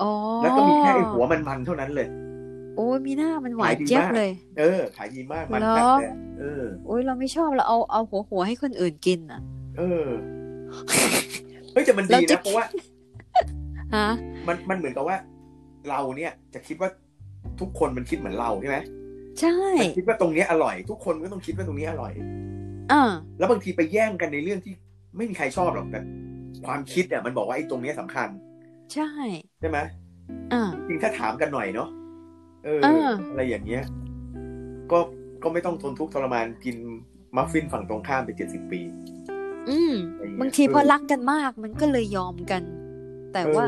Speaker 1: อ๋อ
Speaker 2: แล้วก็มีแค่ไอ้หัวมันๆเท่านั้นเลย
Speaker 1: โอ้ยมีหน้ามันหวานเจี๊ยบเลย
Speaker 2: เออ ขายดีมากมัน
Speaker 1: เหรอ
Speaker 2: แพงเลยเออ
Speaker 1: โอ้ยเราไม่ชอบเราเอาเอาหัวหัวให้คนอื่นกินอ่ะ
Speaker 2: เออ เฮ้ยแต่มันดี
Speaker 1: เราจะ
Speaker 2: นะเพราะว่า
Speaker 1: ฮะ
Speaker 2: มันมันเหมือนกับว่า เราเนี่ยจะคิดว่าทุกคนมันคิดเหมือนเราใช่ไหม
Speaker 1: ใช่
Speaker 2: มันคิดว่าตรงเนี้ยอร่อย ทุกคนก็ต้องคิดว่าตรงนี้อร่อย
Speaker 1: อ่า
Speaker 2: แล้วบางทีไปแย่งกันในเรื่องที่ไม่มีใครชอบหรอกแต่ความคิดอ่ะมันบอกว่าไอ้ตรงเนี้ยสำคัญ
Speaker 1: ใช่
Speaker 2: ใช่ไหม
Speaker 1: อ่า
Speaker 2: จริงถ้าถามกันหน่อยเนาะเออ
Speaker 1: เออ
Speaker 2: อะไรอย่างเงี้ย ก็ก็ไม่ต้องทนทุกข์ทรมานกินมัฟฟินฝั่งตรงข้ามไปเจ็ดสิบปี
Speaker 1: อืม
Speaker 2: อะไรอย่เย
Speaker 1: บางทีพอ
Speaker 2: เ
Speaker 1: รักกันมากมันก็เลยยอมกัน แต่
Speaker 2: เออ
Speaker 1: ว่า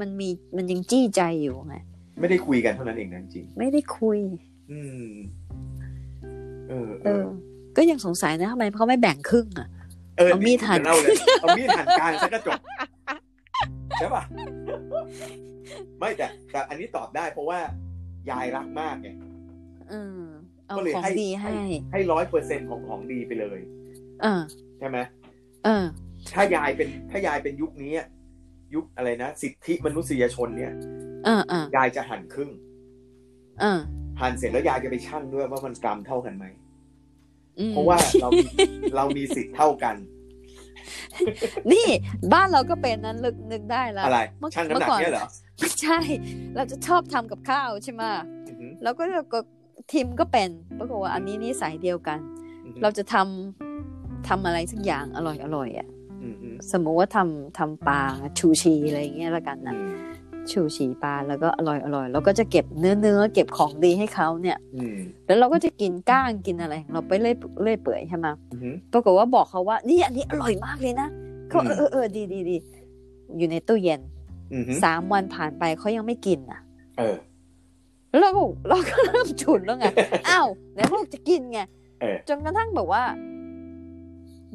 Speaker 1: มันมีมันยังจี้ใจอยู่ไง
Speaker 2: ไม่ได้คุยกันเท่านั้นเองนะจริง
Speaker 1: ไม่ได้คุย
Speaker 2: ๆอืม เออ
Speaker 1: เออ ก็ยังสงสัยนะทำไมเขาไม่แบ่งครึ่งอ่ะ
Speaker 2: เออ
Speaker 1: เอามีดหั่น
Speaker 2: เล่าเลยเอามีดหั่นกลางซะก็จ บใช่ป่ะไม่แต่แต่อันนี้ตอบได้เพราะว่ายายรักมากไง
Speaker 1: เออ เอา
Speaker 2: ก็เลย
Speaker 1: ของ
Speaker 2: ให้
Speaker 1: ดีให้
Speaker 2: ให้ร้อยเปอร์เซ็นของของดีไปเลย
Speaker 1: เออ
Speaker 2: ใช่ไหม
Speaker 1: เออ
Speaker 2: ถ้ายายเป็นถ้ายายเป็นยุคนี้อะยุคอะไรนะสิทธิมนุษยชนเนี่ย
Speaker 1: เออเออย
Speaker 2: ายจะหั่นครึ่ง
Speaker 1: เออ
Speaker 2: หั่นเสร็จแล้วยายจะไปชั่งด้วยว่ามันกรัมเท่ากันไหม
Speaker 1: อืม
Speaker 2: เพราะว่าเรามีเรามีสิทธิ์เท่ากัน
Speaker 1: นี่บ้านเราก็เป็นนั้นลึกนึกได้ละ
Speaker 2: อะไร
Speaker 1: เมื่อ
Speaker 2: ชั่งน้ำหนักเนี่ยเหรอ
Speaker 1: ไม่ใช่ เราจะชอบทำกับข้าวใช่ไหมะ
Speaker 2: อือหือ
Speaker 1: แล้วก็เราก็ทีมก็เป็นปรากฏว่าอันนี้นิสัยเดียวกัน
Speaker 2: อือหือ
Speaker 1: เราจะทำทำอะไรสักอย่างอร่อยอร่อยอ่ะ
Speaker 2: อืมอืม
Speaker 1: สมมุติว่าทำทำปลาชูชีอะไรอย่างเงี้ยละกันนะชูชีปลาแล้วก็อร่อยอร่อยแล้วก็จะเก็บเนื้อเนื้อเก็บของดีให้เขาเนี่ย
Speaker 2: อืม
Speaker 1: แล้วเราก็จะกินก้างกินอะไรของเราไปเรื่อยเรื่อยเปื่อยใช่ไหมย
Speaker 2: อืมอืม
Speaker 1: ปรากฏว่าบอกเขาว่านี่อันนี้อร่อยมากเลยนะเขา
Speaker 2: อืม
Speaker 1: เออเออเออดีดีดีอยู่ในตู้เย็น
Speaker 2: อืม
Speaker 1: สามวันผ่านไปเขายังไม่กินอ่ะ
Speaker 2: เออ
Speaker 1: แล้วเราก็เราก็เริ่มฉุนแล้วไง อ้าวไหนบอกจะกินไง
Speaker 2: เออ
Speaker 1: จนกระทั่งแบบว่า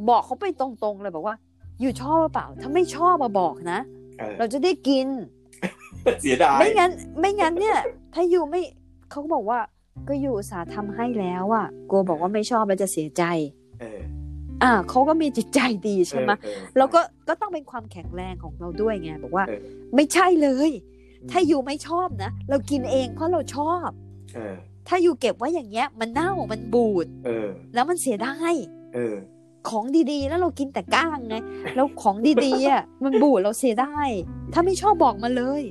Speaker 1: บอกเขาไปตรงๆเลยบอกว่า อยู่ชอบหรือเปล่า ถ้าไม่ชอบมาบอกนะ
Speaker 2: เออ
Speaker 1: เราจะได้กิน
Speaker 2: เสียดาย
Speaker 1: ไม่งั้น ไม่งั้นเนี่ย ถ้าอยู่ไม่เขาก็บอกว่า ก็อยู่อุตสาห์ทำให้แล้วอ่ะกลัวบอกว่าไม่ชอบแล้วจะเสียใจ
Speaker 2: เออ
Speaker 1: อ่าเขาก็มีจิตใจดีใช่ไหม
Speaker 2: เออเออ
Speaker 1: แล้วก็ก็ต้องเป็นความแข็งแรงของเราด้วยไงบอกว่า
Speaker 2: เออ
Speaker 1: ไม่ใช่เลย ถ้าอยู่ไม่ชอบนะเรากินเองเพราะเราชอบ
Speaker 2: เออ
Speaker 1: ถ้าอยู่เก็บไว้อย่างเงี้ย มันเน่ามันบูด
Speaker 2: เออ
Speaker 1: แล้วมันเสียดาย
Speaker 2: เออ
Speaker 1: ของดีๆ แล้วเรากินแต่ก้างไงแล้วของดีๆอ่ะมันบูดเราเสียดายถ้าไม่ชอบบอกมาเลย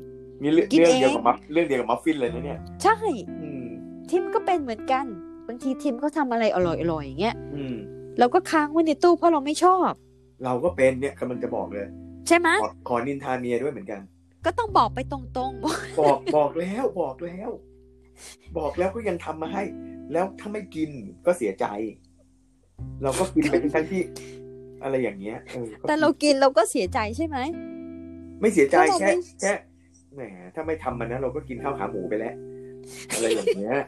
Speaker 2: นี่เรื่อง
Speaker 1: กิน
Speaker 2: เรื่องเดียว
Speaker 1: เอง
Speaker 2: กับมัฟเรื่องเดียวกับมัฟฟินเลยนะเนี่ย
Speaker 1: ใช่
Speaker 2: อืม
Speaker 1: ทิมก็เป็นเหมือนกันบางทีทิมก็ทำอะไรอร่อยๆอย่างเงี้ย
Speaker 2: อืม
Speaker 1: เราก็ค้างไว้ในตู้เพราะเราไม่ชอบ
Speaker 2: เราก็เป็นเนี่ยกำลังจะบอกเลย
Speaker 1: ใช่ไหม
Speaker 2: ขอขอนินทาเมียด้วยเหมือนกัน
Speaker 1: ก็ต้องบอกไปตรงๆว่า
Speaker 2: บอกบอกแล้วบอกแล้ว บอกแล้วก็ยังทำมาให้ แล้วถ้าไม่กินก็เสียใจ เราก็กินไปทั้งที่ อะไรอย่างเงี้ยเออก็
Speaker 1: แต่เรากินเราก็เสียใจใช่ไหม
Speaker 2: ไม่เสียใจ
Speaker 1: แต่เรา
Speaker 2: แค่
Speaker 1: ไม่
Speaker 2: แค่แหมถ้าไม่ทำมันนะเราก็กินข้าวขาหมูไปแล้ว อะไรอย่างเงี้ย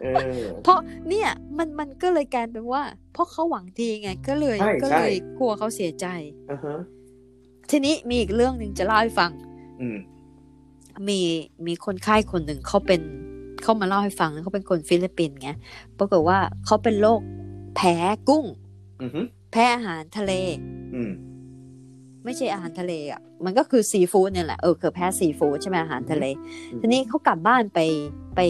Speaker 2: เออ
Speaker 1: เพราะเนี่ยมันมันก็เลยกลายเป็นว่า เพราะเขาหวังดีไงก็เลย
Speaker 2: ใช่
Speaker 1: ก็
Speaker 2: ใช่
Speaker 1: เลยกลัวเขาเสียใจ
Speaker 2: อ่าฮะ
Speaker 1: ทีนี้มีอีกเรื่องหนึ่งจะเล่าให้ฟัง
Speaker 2: อืม
Speaker 1: มีมีคนไข้คนหนึ่งเขาเป็นเขามาเล่าให้ฟังนะเขาเป็นคนฟิลิปปินส์ไงปรากฏว่าเขาเป็นโรคแพ้กุ้ง
Speaker 2: อือฮึ
Speaker 1: แพ้อาหารทะเล
Speaker 2: อืม
Speaker 1: ไม่ใช่อาหารทะเลอ่ะมันก็คือซีฟู้ดเนี่ยแหละเออคือแพ้ซีฟู้ดใช่ไหมอาหารทะเล
Speaker 2: อืม
Speaker 1: ทีนี้เขากลับบ้านไปไป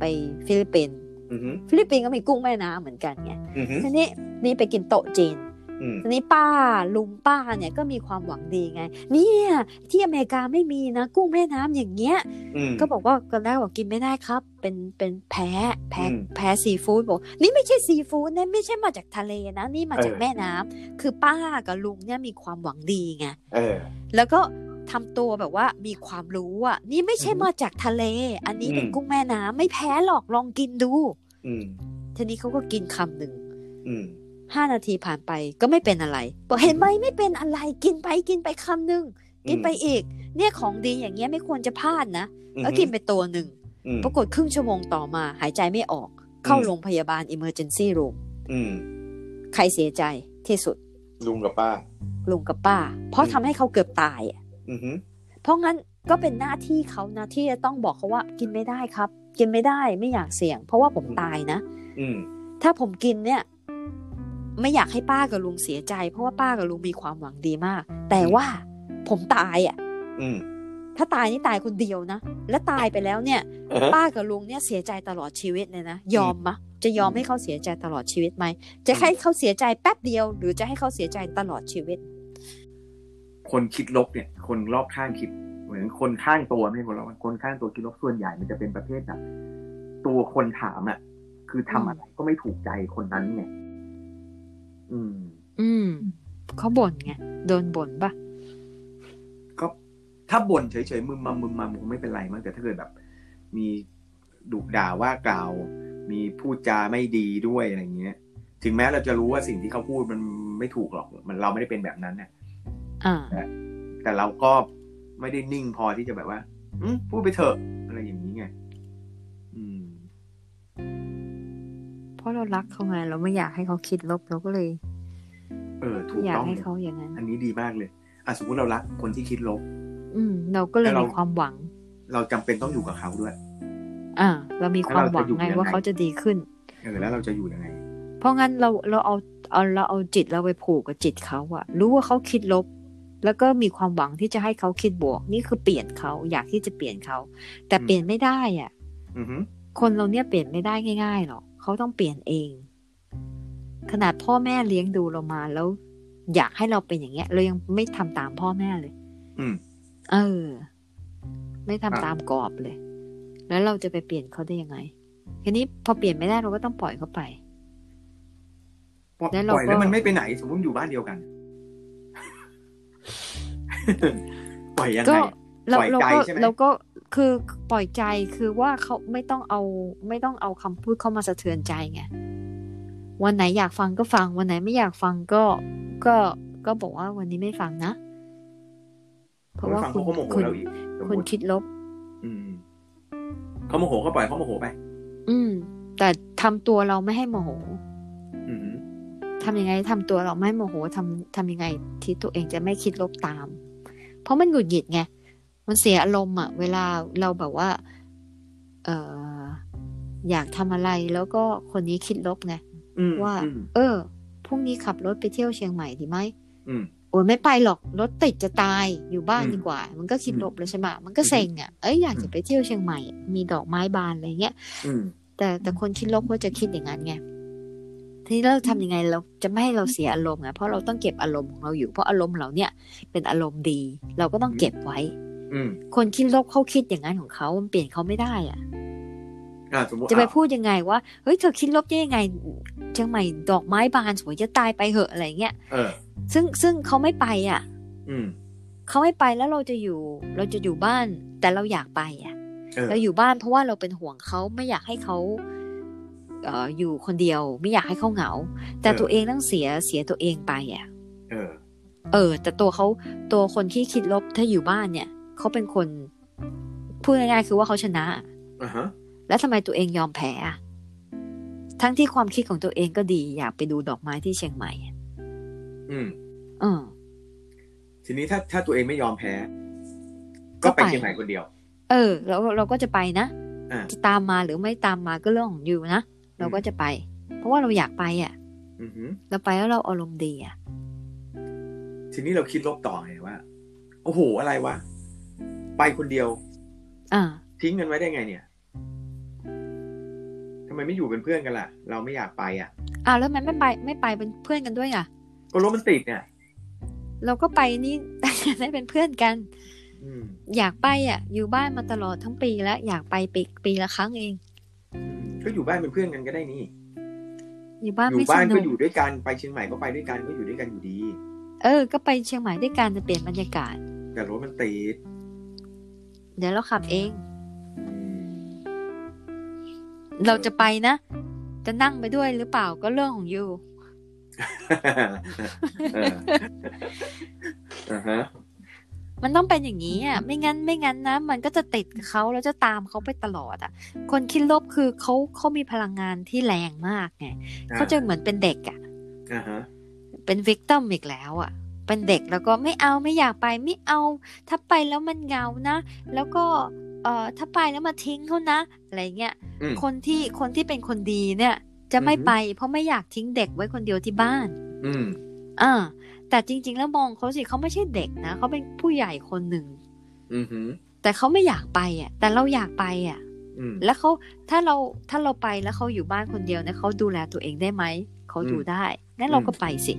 Speaker 1: ไปฟิลิปปินส์
Speaker 2: อือฮึ
Speaker 1: ฟิลิปปินส์ก็มีกุ้งแม่น้ำเหมือนกันไง
Speaker 2: อือฮึ
Speaker 1: ทีนี้นี่ไปกินโต๊ะจีน
Speaker 2: อืม
Speaker 1: ทีนี้ป้าลุงป้าเนี่ยก็มีความหวังดีไง เนี่ยที่อเมริกาไม่มีนะกุ้งแม่น้ำอย่างเงี้ย
Speaker 2: อืม
Speaker 1: ก็บอกว่าตอนแรกบอกกินไม่ได้ครับ เป็นเป็นแพ้แพ้
Speaker 2: อืม
Speaker 1: แพ้ซีฟู้ดบอกนี่ไม่ใช่ซีฟู้ดนะไม่ใช่มาจากทะเลนะ นี่มาจาก
Speaker 2: เออ
Speaker 1: แม่น้ำคือป้ากับลุงเนี่ยมีความหวังดีไง
Speaker 2: เออ
Speaker 1: แล้วก็ทำตัวแบบว่ามีความรู้อ่ะนี่ไม่ใช่
Speaker 2: อือฮึ
Speaker 1: มาจากทะเล อันนี้เป็น
Speaker 2: อืม
Speaker 1: กุ้งแม่น้ำไม่แพ้หรอกลองกินดู
Speaker 2: อืม
Speaker 1: ทีนี้เขาก็กินคำหนึ่ง
Speaker 2: อืม
Speaker 1: ห้านาทีผ่านไปก็ไม่เป็นอะไรบอกเห็นไหมไม่เป็นอะไรกินไปกินไปคำหนึ่งกินไปอีก เนี่ยของดีอย่างเงี้ยไม่ควรจะพลาดนะ
Speaker 2: อืม
Speaker 1: แล้วกินไปตัวหนึ่ง
Speaker 2: อืม
Speaker 1: ปรากฏครึ่งชั่วโมงต่อมาหายใจไม่ออก เข้าโรงพยาบาล Emergency Room
Speaker 2: อืม
Speaker 1: ใครเสียใจที่สุด
Speaker 2: ลุงกับป้า
Speaker 1: ลุงกับป้า เพราะ
Speaker 2: อืม
Speaker 1: ทำให้เขาเกือบตายอะ
Speaker 2: อือฮึ
Speaker 1: เพราะงั้นก็เป็นหน้าที่เขานะที่จะต้องบอกเขาว่ากินไม่ได้ครับ กินไม่ได้ไม่อยากเสี่ยง เพราะว่าผมตายนะ
Speaker 2: อืม
Speaker 1: ถ้าผมกินเนี่ย ไม่อยากให้ป้ากับลุงเสียใจ เพราะว่าป้ากับลุงมีความหวังดีมาก แต่ว่าผมตายอ่ะ
Speaker 2: อืม
Speaker 1: ถ้าตายนี่ตายคนเดียวนะ และตายไปแล้วเนี่ย
Speaker 2: อ่าฮะ
Speaker 1: ป้ากับลุงเนี่ยเสียใจตลอดชีวิตเลยนะ ยอมมะ จะยอมให้เขาเสียใจตลอดชีวิตไหม จะให้เขาเสียใจแป๊บเดียว หรือจะให้เขาเสียใจตลอดชีวิต
Speaker 2: คนคิดลบเนี่ย คนรอบข้างคิด เหมือนคนข้างตัวไม่ใช่คนรอบข้างคนข้างตัวคิดลบส่วนใหญ่มันจะเป็นประเภทแบบตัวคนถามอ่ะ คือทำอะไรก็ไม่ถูกใจคนนั้นไงอืม
Speaker 1: อืมเขาบ่นไงโดนบ่นปะ
Speaker 2: ก็ถ้าบ่นเฉยๆมึมมามึมมามึงไม่เป็นไรมั้งแต่ถ้าเกิดแบบ มีดุด่าว่ากล่าว มีพูดจาไม่ดีด้วยอะไรเงี้ย ถึงแม้เราจะรู้ว่าสิ่งที่เขาพูดมันไม่ถูกหรอกมันเราไม่ได้เป็นแบบนั้นเนี่ย
Speaker 1: อ่า
Speaker 2: แต่เราก็ไม่ได้นิ่งพอที่จะแบบว่าอืมพูดไปเถอะอะไรอย่างนี้ไง อืม
Speaker 1: เพราะเรารักเขาไงเราไม่อยากให้เขาคิดลบเราก็เลย
Speaker 2: เออ ถูก
Speaker 1: อยาก
Speaker 2: ต้อง
Speaker 1: ให้
Speaker 2: เลย
Speaker 1: เขาอย่างนั้น
Speaker 2: อันนี้ดีมากเลยอ่ะสมมติเรารักคนที่คิดลบ
Speaker 1: อืม เราก็เลย
Speaker 2: แล้วเรามี
Speaker 1: มีความหวัง
Speaker 2: เราจำเป็นต้องอยู่กับเขาด้วย
Speaker 1: อ่า เรามีความหวังไง
Speaker 2: แล้วเราจะอยู่ยังไง
Speaker 1: ว่าเขาจะดีขึ้น
Speaker 2: เออแล้วเราจะอยู่ยังไง
Speaker 1: เพราะงั้นเราเราเอาเอาเราเอาจิตเราไปผูกกับจิตเขาอะรู้ว่าเขาคิดลบ แล้วก็มีความหวังที่จะให้เขาคิดบวก นี่คือเปลี่ยนเขาอยากที่จะเปลี่ยนเขา แต่
Speaker 2: อืม
Speaker 1: เปลี่ยนไม่ได้อะ
Speaker 2: อือฮึ
Speaker 1: คนเราเนี่ยเปลี่ยนไม่ได้ง่ายๆหรอกเขาต้องเปลี่ยนเอง ขนาดพ่อแม่เลี้ยงดูเรามาแล้ว อยากให้เราเป็นอย่างเงี้ยเรายังไม่ทำตามพ่อแม่เลย
Speaker 2: อืม
Speaker 1: เออ ไม่ทำ
Speaker 2: อ่ะ
Speaker 1: ตามกรอบเลย แล้วเราจะไปเปลี่ยนเขาได้ยังไงทีนี้พอเปลี่ยนไม่ได้เราก็ต้องปล่อยเขาไป
Speaker 2: ปล่อย
Speaker 1: แล้วเรา
Speaker 2: ปล่อยแล้ว
Speaker 1: ก็
Speaker 2: มันไม่ไปไหน สมมติอยู่บ้านเดียวกัน ปล่อยยัง
Speaker 1: ก็
Speaker 2: ไง
Speaker 1: เรา
Speaker 2: ปล่อย
Speaker 1: เรา
Speaker 2: ใจ
Speaker 1: ก็
Speaker 2: ใช่ไหม
Speaker 1: เราก็คือปล่อยใจคือว่าเขาไม่ต้องเอาไม่ต้องเอาคำพูดเข้ามาสะเทือนใจไงวันไหนอยากฟังก็ฟัง วันไหนไม่อยากฟังก็ก็ก็บอกว่าวันนี้ไม่ฟังนะ เพราะว่า
Speaker 2: ฟัง
Speaker 1: คุณ
Speaker 2: เขาก็โมโห
Speaker 1: คุณ
Speaker 2: เราอีกสม
Speaker 1: คุณ
Speaker 2: มติ
Speaker 1: คิดลบ
Speaker 2: อืมเขาโมโหก็ปล่อยเขาโมโหไป
Speaker 1: อืม แต่ทำตัวเราไม่ให้โมโห
Speaker 2: อืม
Speaker 1: ทำยังไงทำตัวเราไม่ให้โมโหทำทำยังไงที่ตัวเองจะไม่คิดลบตาม เพราะมันหงุดหงิดไง มันเสียอารมณ์อะเวลาเราแบบว่า เอออยากทำอะไรแล้วก็คนนี้คิดลบไง
Speaker 2: อืม
Speaker 1: ว่า
Speaker 2: อืม
Speaker 1: เออพรุ่งนี้ขับรถไปเที่ยวเชียงใหม่ดีไหม
Speaker 2: อืม
Speaker 1: โอ้ยไม่ไปหรอกรถติดจะตายอยู่บ้าน
Speaker 2: อืม
Speaker 1: ดีกว่า มันก็คิด
Speaker 2: อืม
Speaker 1: ลบแล้วใช่ไหมมันก็เซ็งอะเอ้ยอยากจะ
Speaker 2: อืม
Speaker 1: ไปเที่ยวเชียงใหม่มีดอกไม้บานอะไรเงี้ย
Speaker 2: อืม
Speaker 1: แต่แต่คนคิดลบก็จะคิดอย่างนั้นไง ทีนี้เราทำยังไงเราจะไม่ให้เราเสียอารมณ์ไงเพราะเราต้องเก็บอารมณ์ของเราอยู่ เพราะอารมณ์เราเนี่ย เป็นอารมณ์ดี เราก็ต้องเก็บไว้
Speaker 2: อืม
Speaker 1: คนคิดลบเขาคิดอย่างนั้นของเขามันเปลี่ยนเขาไม่ได้อะ
Speaker 2: อ่าสมมติ
Speaker 1: จะไป
Speaker 2: อ่ะ
Speaker 1: พูดยังไงว่าเฮ้ยเธอคิดลบได้ยังไงเชียงใหม่ดอกไม้บานสวยจะตายไปเหอะอะไรเงี้ย
Speaker 2: เออ
Speaker 1: ซึ่งซึ่งเขาไม่ไปอ่ะ
Speaker 2: อืม
Speaker 1: เขาไม่ไปแล้วเราจะอยู่เราจะอยู่บ้านแต่เราอยากไปอ่ะ
Speaker 2: เออ
Speaker 1: เราอยู่บ้านเพราะว่าเราเป็นห่วงเขาไม่อยากให้เขาเอ่ออยู่คนเดียว ไม่อยากให้เขาเหงา แต่
Speaker 2: เออ
Speaker 1: ตัวเองต้องเสียเสียตัวเองไปอ่ะ
Speaker 2: เออ
Speaker 1: เออ แต่ตัวเขาตัวคนที่คิดลบถ้าอยู่บ้านเนี่ยเขาเป็นคนพูดง่ายๆคือว่าเขาชนะ
Speaker 2: อ่าฮะ
Speaker 1: แล้วทำไมตัวเองยอมแพ้อะทั้งที่ความคิดของตัวเองก็ดีอยากไปดูดอกไม้ที่เชียงใหม่อะ
Speaker 2: อืม
Speaker 1: เออ
Speaker 2: ทีนี้ถ้าถ้าตัวเองไม่ยอมแพ้
Speaker 1: ก็
Speaker 2: ก็ไป
Speaker 1: ไป
Speaker 2: เชียงใหม่คนเดียว
Speaker 1: เออเราเราก็จะไปนะ
Speaker 2: อ่า
Speaker 1: จะตามมาหรือไม่ตามมาก็เรื่องของอยู่นะเราก็จะไป เพราะว่าเราอยากไปอ่ะ
Speaker 2: อือหือ
Speaker 1: เราไปแล้วเราอารมณ์ดีอ่ะ
Speaker 2: ทีนี้เราคิดลบต่อไงว่า โอ้โห อะไรวะ ไปคนเดียว
Speaker 1: อ่า
Speaker 2: ทิ้งกันไว้ได้ไงเนี่ยทำไมไม่อยู่เป็นเพื่อนกันล่ะ เราไม่อยากไปอ่ะ
Speaker 1: อ้าวแล้วมันไม่ไปไม่ไปเป็นเพื่อนกันด้วยอ่ะ
Speaker 2: ก็รถมันติดเนี่ย
Speaker 1: เราก็ไปนี่ ได้เป็นเพื่อนกัน
Speaker 2: อืม
Speaker 1: อยากไปอ่ะ อยู่บ้านมาตลอดทั้งปีแล้วอยากไปปีปีละครั้งเอง
Speaker 2: อืมก็อยู่บ้านเป็นเพื่อนกันก็ได้นี่
Speaker 1: อยู่บ้าน
Speaker 2: อยู่
Speaker 1: ไม่ส
Speaker 2: บ้าน
Speaker 1: นุ
Speaker 2: ก็
Speaker 1: ก
Speaker 2: อยู่ด้วยกัน ไปเชียงใหม่ก็ไปด้วยกันก็อยู่ด้วยกันอยู่ดี
Speaker 1: เออ ก็ไปเชียงใหม่ด้วยกันจะเปลี่ยนบรรยากาศ
Speaker 2: แต่รถมันติด
Speaker 1: เดี๋ยวเราขับเอง
Speaker 2: อืม
Speaker 1: เราจะไปนะ จะนั่งไปด้วยหรือเปล่าก็เรื่องของยู
Speaker 2: เอออ่าฮะ
Speaker 1: มันต้องเป็นอย่างนี้อ่ะ ไม่งั้นไม่งั้นนะมันก็จะติดกับเขาแล้วจะตามเขาไปตลอดอ่ะ คนคิดลบคือเขาเขามีพลังงานที่แรงมากไงเขาจะเหมือนเป็นเด็กอ่ะ
Speaker 2: อ่าฮะ
Speaker 1: เป็นวิกต i มอีกแล้วอะ่ะ เป็นเด็กแล้วก็ไม่เอาไม่อยากไปไม่เอา ถ้าไปแล้วมันเหงานะ แล้วก็เอ่อถ้าไปแล้วมาทิ้งเขานะอะไรเงี้ย
Speaker 2: อืม
Speaker 1: คนที่คนที่เป็นคนดีเนี่ย จะไม่
Speaker 2: อือฮึ
Speaker 1: ไป เพราะไม่อยากทิ้งเด็กไว้คนเดียวที่บ้าน
Speaker 2: อืม
Speaker 1: อ่าแต่จริง ๆ แล้วมองเขาสิเขาไม่ใช่เด็กนะเขาเป็นผู้ใหญ่คนหนึ่ง
Speaker 2: อือหือ
Speaker 1: แต่เขาไม่อยากไปอะ่ะ แต่เราอยากไปอะ่ะ
Speaker 2: อืม
Speaker 1: แล้วเขาถ้าเราถ้าเราไปแล้วเขาอยู่บ้านคนเดียวเนี่ยเขาดูแลตัวเองได้ไหมเขาอยู่ได้งั้นเราก็ไปสิ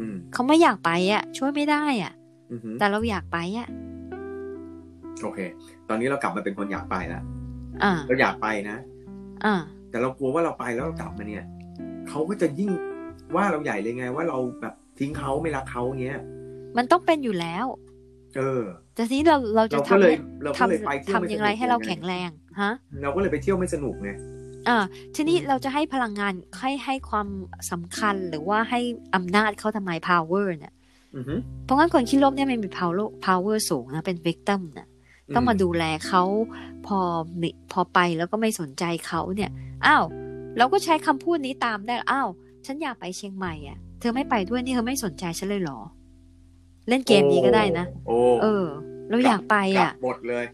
Speaker 2: อืม
Speaker 1: เขาไม่อยากไปอะ่ะ ช่วยไม่ได้อ่ะ
Speaker 2: อือหือ
Speaker 1: แต่เราอยากไปอ่ะ
Speaker 2: โอเค ตอนนี้เรากลับมาเป็นคนอยากไปแล้ว
Speaker 1: อ่า
Speaker 2: เราอยากไปนะ
Speaker 1: อ่า
Speaker 2: แต่เรากลัวว่าเราไปแล้วเรากลับมาเนี่ย เขาก็จะยิ่งว่าเราใหญ่เลยไง ว่าเราแบบทิ้งเขาไม่รักเขาเงี้ย
Speaker 1: มันต้องเป็นอยู่แล้ว
Speaker 2: เออ
Speaker 1: แต่ทีนี้เราเราจะ
Speaker 2: เราก็
Speaker 1: ทำ
Speaker 2: เลย
Speaker 1: ให้
Speaker 2: เรา
Speaker 1: ท
Speaker 2: ก็เลยไป
Speaker 1: ำ
Speaker 2: เที่ยวม่
Speaker 1: ทำ
Speaker 2: ส
Speaker 1: ยั
Speaker 2: นุก
Speaker 1: งไงให้เราแข็งแรงฮะ
Speaker 2: เราก็เลยไปเที่ยวไม่สนุกไง
Speaker 1: อ่า ทีนี้เราจะให้พลังงานให้ให้ความสำคัญหรือว่าให้อำนาจเขาทำไม power เนี่ย
Speaker 2: อือหือ
Speaker 1: เพราะงั้นคนคิดลบเนี่ยมันมี power power สูงนะ เป็น victim นะต้องมาดูแลเขาพอมิพอไปแล้วก็ไม่สนใจเขาเนี่ย อ้าว เราก็ใช้คำพูดนี้ตามได้ อ้าว ฉันอยากไปเชียงใหม่อ่ะ เธอไม่ไปด้วยนี่เธอไม่สนใจฉันเลยเหรอ เล่นเกมนี้ก็ได้นะ
Speaker 2: โอ้
Speaker 1: เออ เราอยากไป
Speaker 2: กลับ
Speaker 1: อ่ะ
Speaker 2: หมดเลย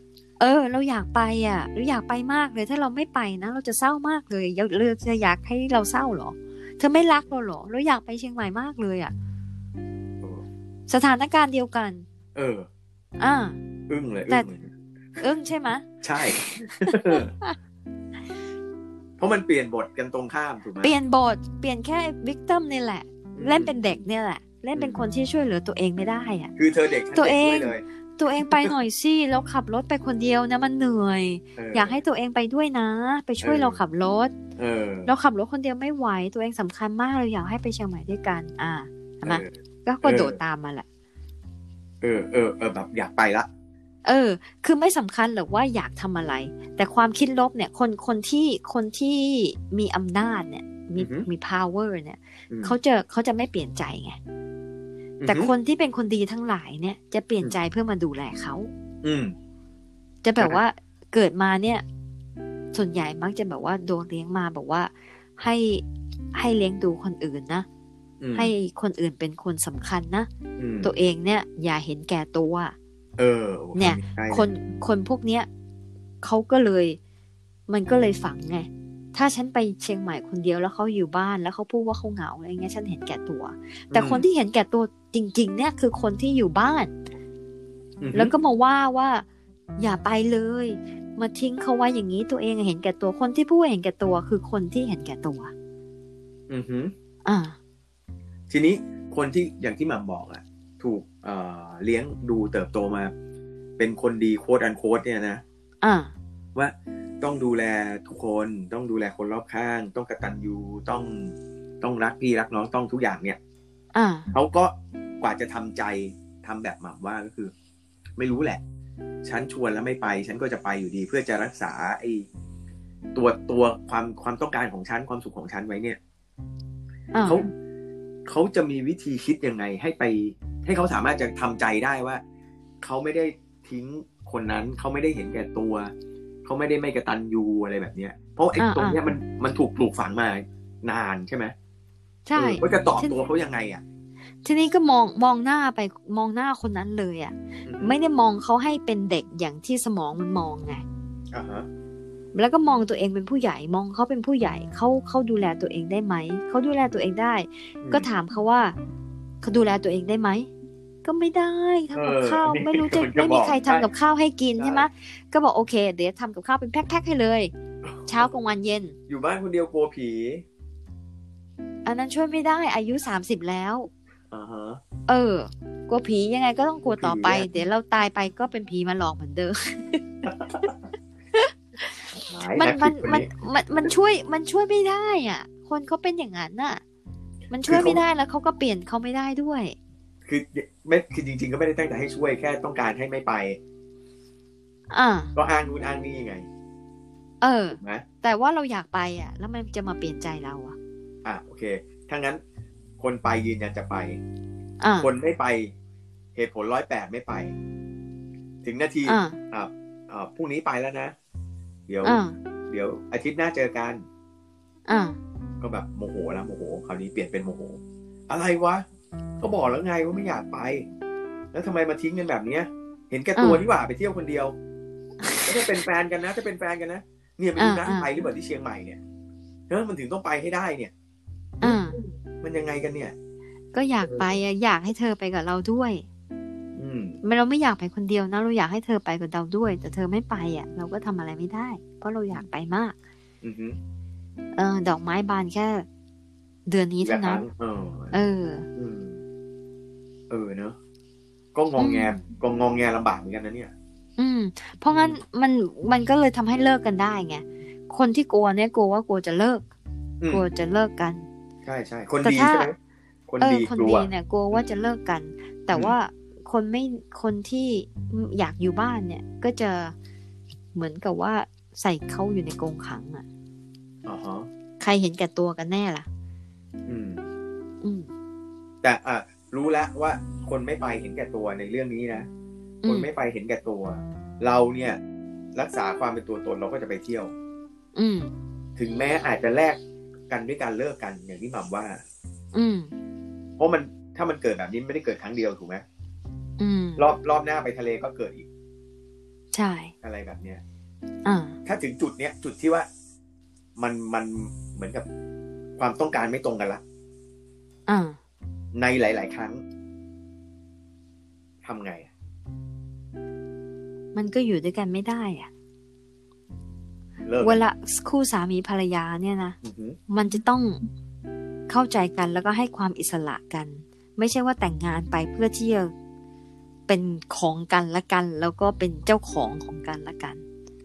Speaker 1: เออ เราอยากไปอ่ะเราอยากไปมากเลย ถ้าเราไม่ไปนะ เราจะเศร้ามากเลยเราเราจะอยากให้เราเศร้าเหรอ เธอไม่รักเราเหรอ เราอยากไปเชียงใหม่มากเลยอ่ะ
Speaker 2: เออ
Speaker 1: สถานการณ์เดียวกัน
Speaker 2: เออ
Speaker 1: อ่า
Speaker 2: อึ้งเลย
Speaker 1: แต่
Speaker 2: อึ้งเลย
Speaker 1: เอิ้งใช่ไหมะ
Speaker 2: ใช่ เพราะมันเปลี่ยนบทกันตรงข้ามถูกไหม
Speaker 1: เปลี่ยนบท เปลี่ยนแค่วิกต i มนี่แหละ เล่นเป็นเด็กเนี่ยแหละ เล่นเป็นคนที่ช่วยเหลือตัวเองไม่ได้อ่ะ
Speaker 2: คือเธอเด็กฉัน
Speaker 1: ตัวเอ
Speaker 2: ด็ก
Speaker 1: ง
Speaker 2: ด้ยเลย
Speaker 1: ตัวเองไปหน่อย สิแล้วขับรถไปคนเดียวนะมันเหนื่อย
Speaker 2: เ
Speaker 1: อยากให้ตัวเองไปด้วยนะ ไปช่วยเราขับรถ
Speaker 2: เออ
Speaker 1: เราขับรถคนเดียวไม่ไหว ตัวเองสำคัญมากเราอยากให้ไปเชียงใหม่ด้วยกัน อ่า เห็นไหม
Speaker 2: เออ
Speaker 1: ก็กระโดด
Speaker 2: เออ
Speaker 1: ตามมาแหละ
Speaker 2: เออเออเออแบบอยากไปละ
Speaker 1: เออ คือไม่สำคัญหรอกว่าอยากทำอะไร แต่ความคิดลบเนี่ย คนคนที่คนที่มีอำนาจเนี่ย มี
Speaker 2: อือหือ
Speaker 1: มี power เนี่ย
Speaker 2: อืม
Speaker 1: เขาจะเขาจะไม่เปลี่ยนใจไง แต่คนที่เป็นคนดีทั้งหลายเนี่ย จะเปลี่ยนใจเพื่อมาดูแลเขา
Speaker 2: อืม
Speaker 1: จะแบบ
Speaker 2: นะครับ
Speaker 1: ว่าเกิดมาเนี่ย ส่วนใหญ่มักจะแบบว่าโดนเลี้ยงมาแบบว่าให้ให้เลี้ยงดูคนอื่นนะ
Speaker 2: อืม
Speaker 1: ให้คนอื่นเป็นคนสำคัญนะ
Speaker 2: อืม
Speaker 1: ตัวเองเนี่ย อย่าเห็นแก่ตัว
Speaker 2: เออโอค
Speaker 1: เนี่ย
Speaker 2: ใช่
Speaker 1: คนคนพวกเนี้ยเขาก็เลย มันก็เลยฝังไง ถ้าฉันไปเชียงใหม่คนเดียวแล้วเขาอยู่บ้านแล้วเขาพูดว่าเขาเหงาอะไรเงี้ยฉันเห็นแก่ตัว แต่คนที่เห็นแก่ตัวจริง ๆ เนี่ย คือคนที่อยู่บ้าน
Speaker 2: อืม
Speaker 1: แล้วก็มาว่าว่า อย่าไปเลย มาทิ้งเขาไว้อย่างนี้ตัวเองเห็นแก่ตัวคนที่พูดว่าเห็นแก่ตัว คือคนที่เห็นแก่ตัว
Speaker 2: อือหือ
Speaker 1: อ่า
Speaker 2: ทีนี้คนที่อย่างที่หม่ำบอกอะถูกเอ่อเลี้ยงดูเติบโตมา เป็นคนดีโค้ดอันโค้ดเนี่ยนะ
Speaker 1: อ่า
Speaker 2: ว่าต้องดูแลทุกคนต้องดูแลคนรอบข้าง ต้องกตัญญูต้องต้องรักพี่รักน้องต้องทุกอย่างเนี่ย
Speaker 1: อ่า
Speaker 2: เขาก็กว่าจะทำใจทำแบบหม่ำว่าก็คือ ไม่รู้แหละ ฉันชวนแล้วไม่ไป ฉันก็จะไปอยู่ดี เพื่อจะรักษาไอ้ตัวตัวความความต้องการของฉันความสุขของฉันไว้เนี่ย
Speaker 1: อ่า
Speaker 2: เขาเขาจะมีวิธีคิดยังไงให้ไป ให้เขาสามารถจะทำใจได้ว่า เขาไม่ได้ทิ้งคนนั้น เขาไม่ได้เห็นแก่ตัว เขาไม่ได้ไม่กระตันยูอะไรแบบเนี้ย เพราะไอ้
Speaker 1: อ่า
Speaker 2: ตรงเนี้ย
Speaker 1: อ่ามั
Speaker 2: มันมันถูกปลูกฝังมานานใช่ไหม
Speaker 1: ใช่
Speaker 2: เออว่าจะตอบตัวเขายังไงอ่ะ
Speaker 1: ทีนี้ก็มองมองหน้าไปมองหน้าคนนั้นเลยอ่ะ
Speaker 2: อื
Speaker 1: ไม่ได้มองเขาให้เป็นเด็กอย่างที่สมองมันมองไง
Speaker 2: อ่าฮะ
Speaker 1: แล้วก็มองตัวเองเป็นผู้ใหญ่มองเขาเป็นผู้ใหญ่เขาเขาดูแลตัวเองได้ไหม เขาดูแลตัวเองได้ ก็ถามเขาว่าเขาดูแลตัวเองได้ไหม ก็ไม่ได้ทำกับข้าว
Speaker 2: เออ
Speaker 1: ไม่ รู้จะ
Speaker 2: น
Speaker 1: ไม่มี
Speaker 2: อก
Speaker 1: ใครทำกับ
Speaker 2: ใช่
Speaker 1: ข้าวให้กิน
Speaker 2: ใช่
Speaker 1: ใช่ไหมก็บอกโอเค เดี๋ยวทำกับข้าวเป็นแพ็คๆให้เลย เช้ากลางวันเย็น
Speaker 2: อยู่บ้านคนเดียวกลัวผี
Speaker 1: อันนั้นช่วยไม่ได้อายุสามสิบแล้ว
Speaker 2: อ่าฮะ
Speaker 1: เออกลัวผียังไงก็ต้องกลัวต่อไป
Speaker 2: ผีอะ
Speaker 1: เดี๋ยวเราตายไปก็เป็นผีมาหลอกเหมือนเดิม
Speaker 2: หาย
Speaker 1: มัน
Speaker 2: แอค
Speaker 1: มัน
Speaker 2: ทีฟกว่า
Speaker 1: มันมันมันช่วยมันช่วยไม่ได้อ่ะ คนเขาเป็นอย่างนั้นน่ะ มันช่วย
Speaker 2: คือเขา
Speaker 1: ไม่ได้แล้วเขาก็เปลี่ยนเขาไม่ได้ด้วย
Speaker 2: คือไม่คือจริง ๆ ก็ไม่ได้ตั้งใจให้ช่วยแค่ต้องการให้ไม่ไป
Speaker 1: อ่า
Speaker 2: ก็อ้างนู่นอ้างนี่ยังไง
Speaker 1: เออ
Speaker 2: ถูกไหม
Speaker 1: แต่ว่าเราอยากไปอ่ะ แล้วมันจะมาเปลี่ยนใจเราอ่ะ
Speaker 2: อ่ะโอเค ถ้างั้น คนไปยืนยันจะไป
Speaker 1: อ่า
Speaker 2: คนไม่ไป เหตุผลร้อยแปดไม่ไป ถึงนาที
Speaker 1: อ่า
Speaker 2: อ่ะอ่ะพรุ่งนี้ไปแล้วนะ เดี๋ยว
Speaker 1: อ่า
Speaker 2: เดี๋ยวอาทิตย์หน้าเจอกัน
Speaker 1: อ่า
Speaker 2: ก็แบบโมโหแล้วโมโห คราวนี้เปลี่ยนเป็นโมโห อะไรวะ ก็บอกแล้วไงว่าไม่อยากไป แล้วทำไมมาทิ้งกันแบบเนี้ย เห็นแก่ตัว
Speaker 1: อ่า
Speaker 2: นี่หว่าไปเที่ยวคนเดียวแล้วถ้าเป็นแฟนกันนะถ้าเป็นแฟนกันนะเนี่ยไปดู
Speaker 1: อ่า
Speaker 2: นัด
Speaker 1: อ่า
Speaker 2: ไปหรือเปล่าที่เชียงใหม่เนี่ยเนอะมันถึงต้องไปให้ได้เนี่ย
Speaker 1: อ่า
Speaker 2: มันยังไงกันเนี่ย
Speaker 1: ก็อยากไปอ่ะอยากให้เธอไปกับเราด้วย
Speaker 2: อืม
Speaker 1: ไม่เราไม่อยากไปคนเดียวนะ เราอยากให้เธอไปกับเราด้วย แต่เธอไม่ไปอ่ะ เราก็ทำอะไรไม่ได้ เพราะเราอยากไปมาก
Speaker 2: อือฮึ
Speaker 1: เออ ดอกไม้บานแค่ เดือนนี้เท่านั้น
Speaker 2: เออ
Speaker 1: เออ
Speaker 2: อืมเออเนอะก็งองแงก็งองแงลำบากเหมือนกันนะเนี่ย
Speaker 1: อืม เพราะงั้นมันมันก็เลยทำให้เลิกกันได้ไง คนที่กลัวเนี่ยกลัวว่ากลัวจะเลิก
Speaker 2: อืม
Speaker 1: กลัวจะเลิกกัน
Speaker 2: ใช่ใช่คน
Speaker 1: แต่
Speaker 2: ดี
Speaker 1: ถ้า
Speaker 2: ใช่ไหมคน
Speaker 1: เออ
Speaker 2: ดี
Speaker 1: คน
Speaker 2: กลั
Speaker 1: ดี
Speaker 2: ว
Speaker 1: เนี่ยกลัวว่าจะเลิกกัน แต่
Speaker 2: อืม
Speaker 1: ว่าคนไม่คนที่อยากอยู่บ้านเนี่ย ก็จะเหมือนกับว่าใส่เขาอยู่ในกรงขังอะ่ะ
Speaker 2: อ๋อฮะ
Speaker 1: ใครเห็นแก่ตัวกันแน่ล่ะ
Speaker 2: อืม
Speaker 1: อืม
Speaker 2: แต่อ่ะรู้แล้วว่า คนไม่ไปเห็นแก่ตัวในเรื่องนี้นะ
Speaker 1: อื
Speaker 2: คน
Speaker 1: ม
Speaker 2: ไม่ไปเห็นแก่ตัว เราเนี่ย รักษาความเป็นตัวตนเราก็จะไปเที่ยว
Speaker 1: อืม
Speaker 2: ถึงแม้อาจจะแลกกันด้วยการเลิกกันอย่างที่หม่ำว่า
Speaker 1: อืม
Speaker 2: เพราะมันถ้ามันเกิดแบบนี้มันไม่ได้เกิดครั้งเดียวถูกไหม
Speaker 1: อืม
Speaker 2: รอบรอบหน้าไปทะเลก็เกิดอีก
Speaker 1: ใช่
Speaker 2: อะไรแบบเนี้ย
Speaker 1: อ่า
Speaker 2: ถ้าถึงจุดเนี้ยจุดที่ว่ามันมันเหมือนกับความต้องการไม่ตรงกันละ
Speaker 1: อ่า
Speaker 2: ในหลาย ๆ ครั้งทำไงอะ
Speaker 1: มันก็อยู่ด้วยกันไม่ได้อะ่ะ
Speaker 2: เลิก
Speaker 1: เวลาคู่สามีภรรยาเนี่ยนะ
Speaker 2: อือหือ
Speaker 1: มันจะต้องเข้าใจกันแล้วก็ให้ความอิสระกัน ไม่ใช่ว่าแต่งงานไปเพื่อที่จะเป็นของกันและกัน แล้วก็เป็นเจ้าของของกันและกัน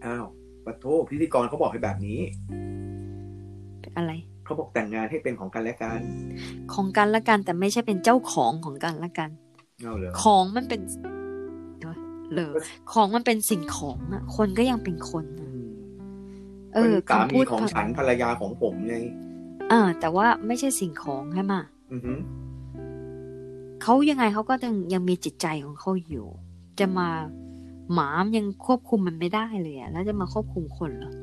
Speaker 2: อ้าวปะโทพิธีกรเขาบอกให้แบบนี้
Speaker 1: เป็นอะไร
Speaker 2: เขาบอกแต่งงานให้เป็นของกันและกัน
Speaker 1: ของกันและกัน แต่ไม่ใช่เป็นเจ้าของของกันและกัน
Speaker 2: เอาเลย
Speaker 1: ของมันเป็นเดี๋ยวเหลอของมันเป็นสิ่งของอะคนก็ยังเป็นคนอะเออ
Speaker 2: เป็นสา
Speaker 1: คำ
Speaker 2: มี
Speaker 1: พูด
Speaker 2: ของฉันภรรยาของผมไง
Speaker 1: เออแต่ว่าไม่ใช่สิ่งของใช่ไหมะ
Speaker 2: อือฮึ
Speaker 1: เขายังไงเขาก็ยังยังมีจิตใจของเขาอยู่ จะมาหมามนยังควบคุมมันไม่ได้เลยอะแล้วจะมาควบคุมคนเหรอ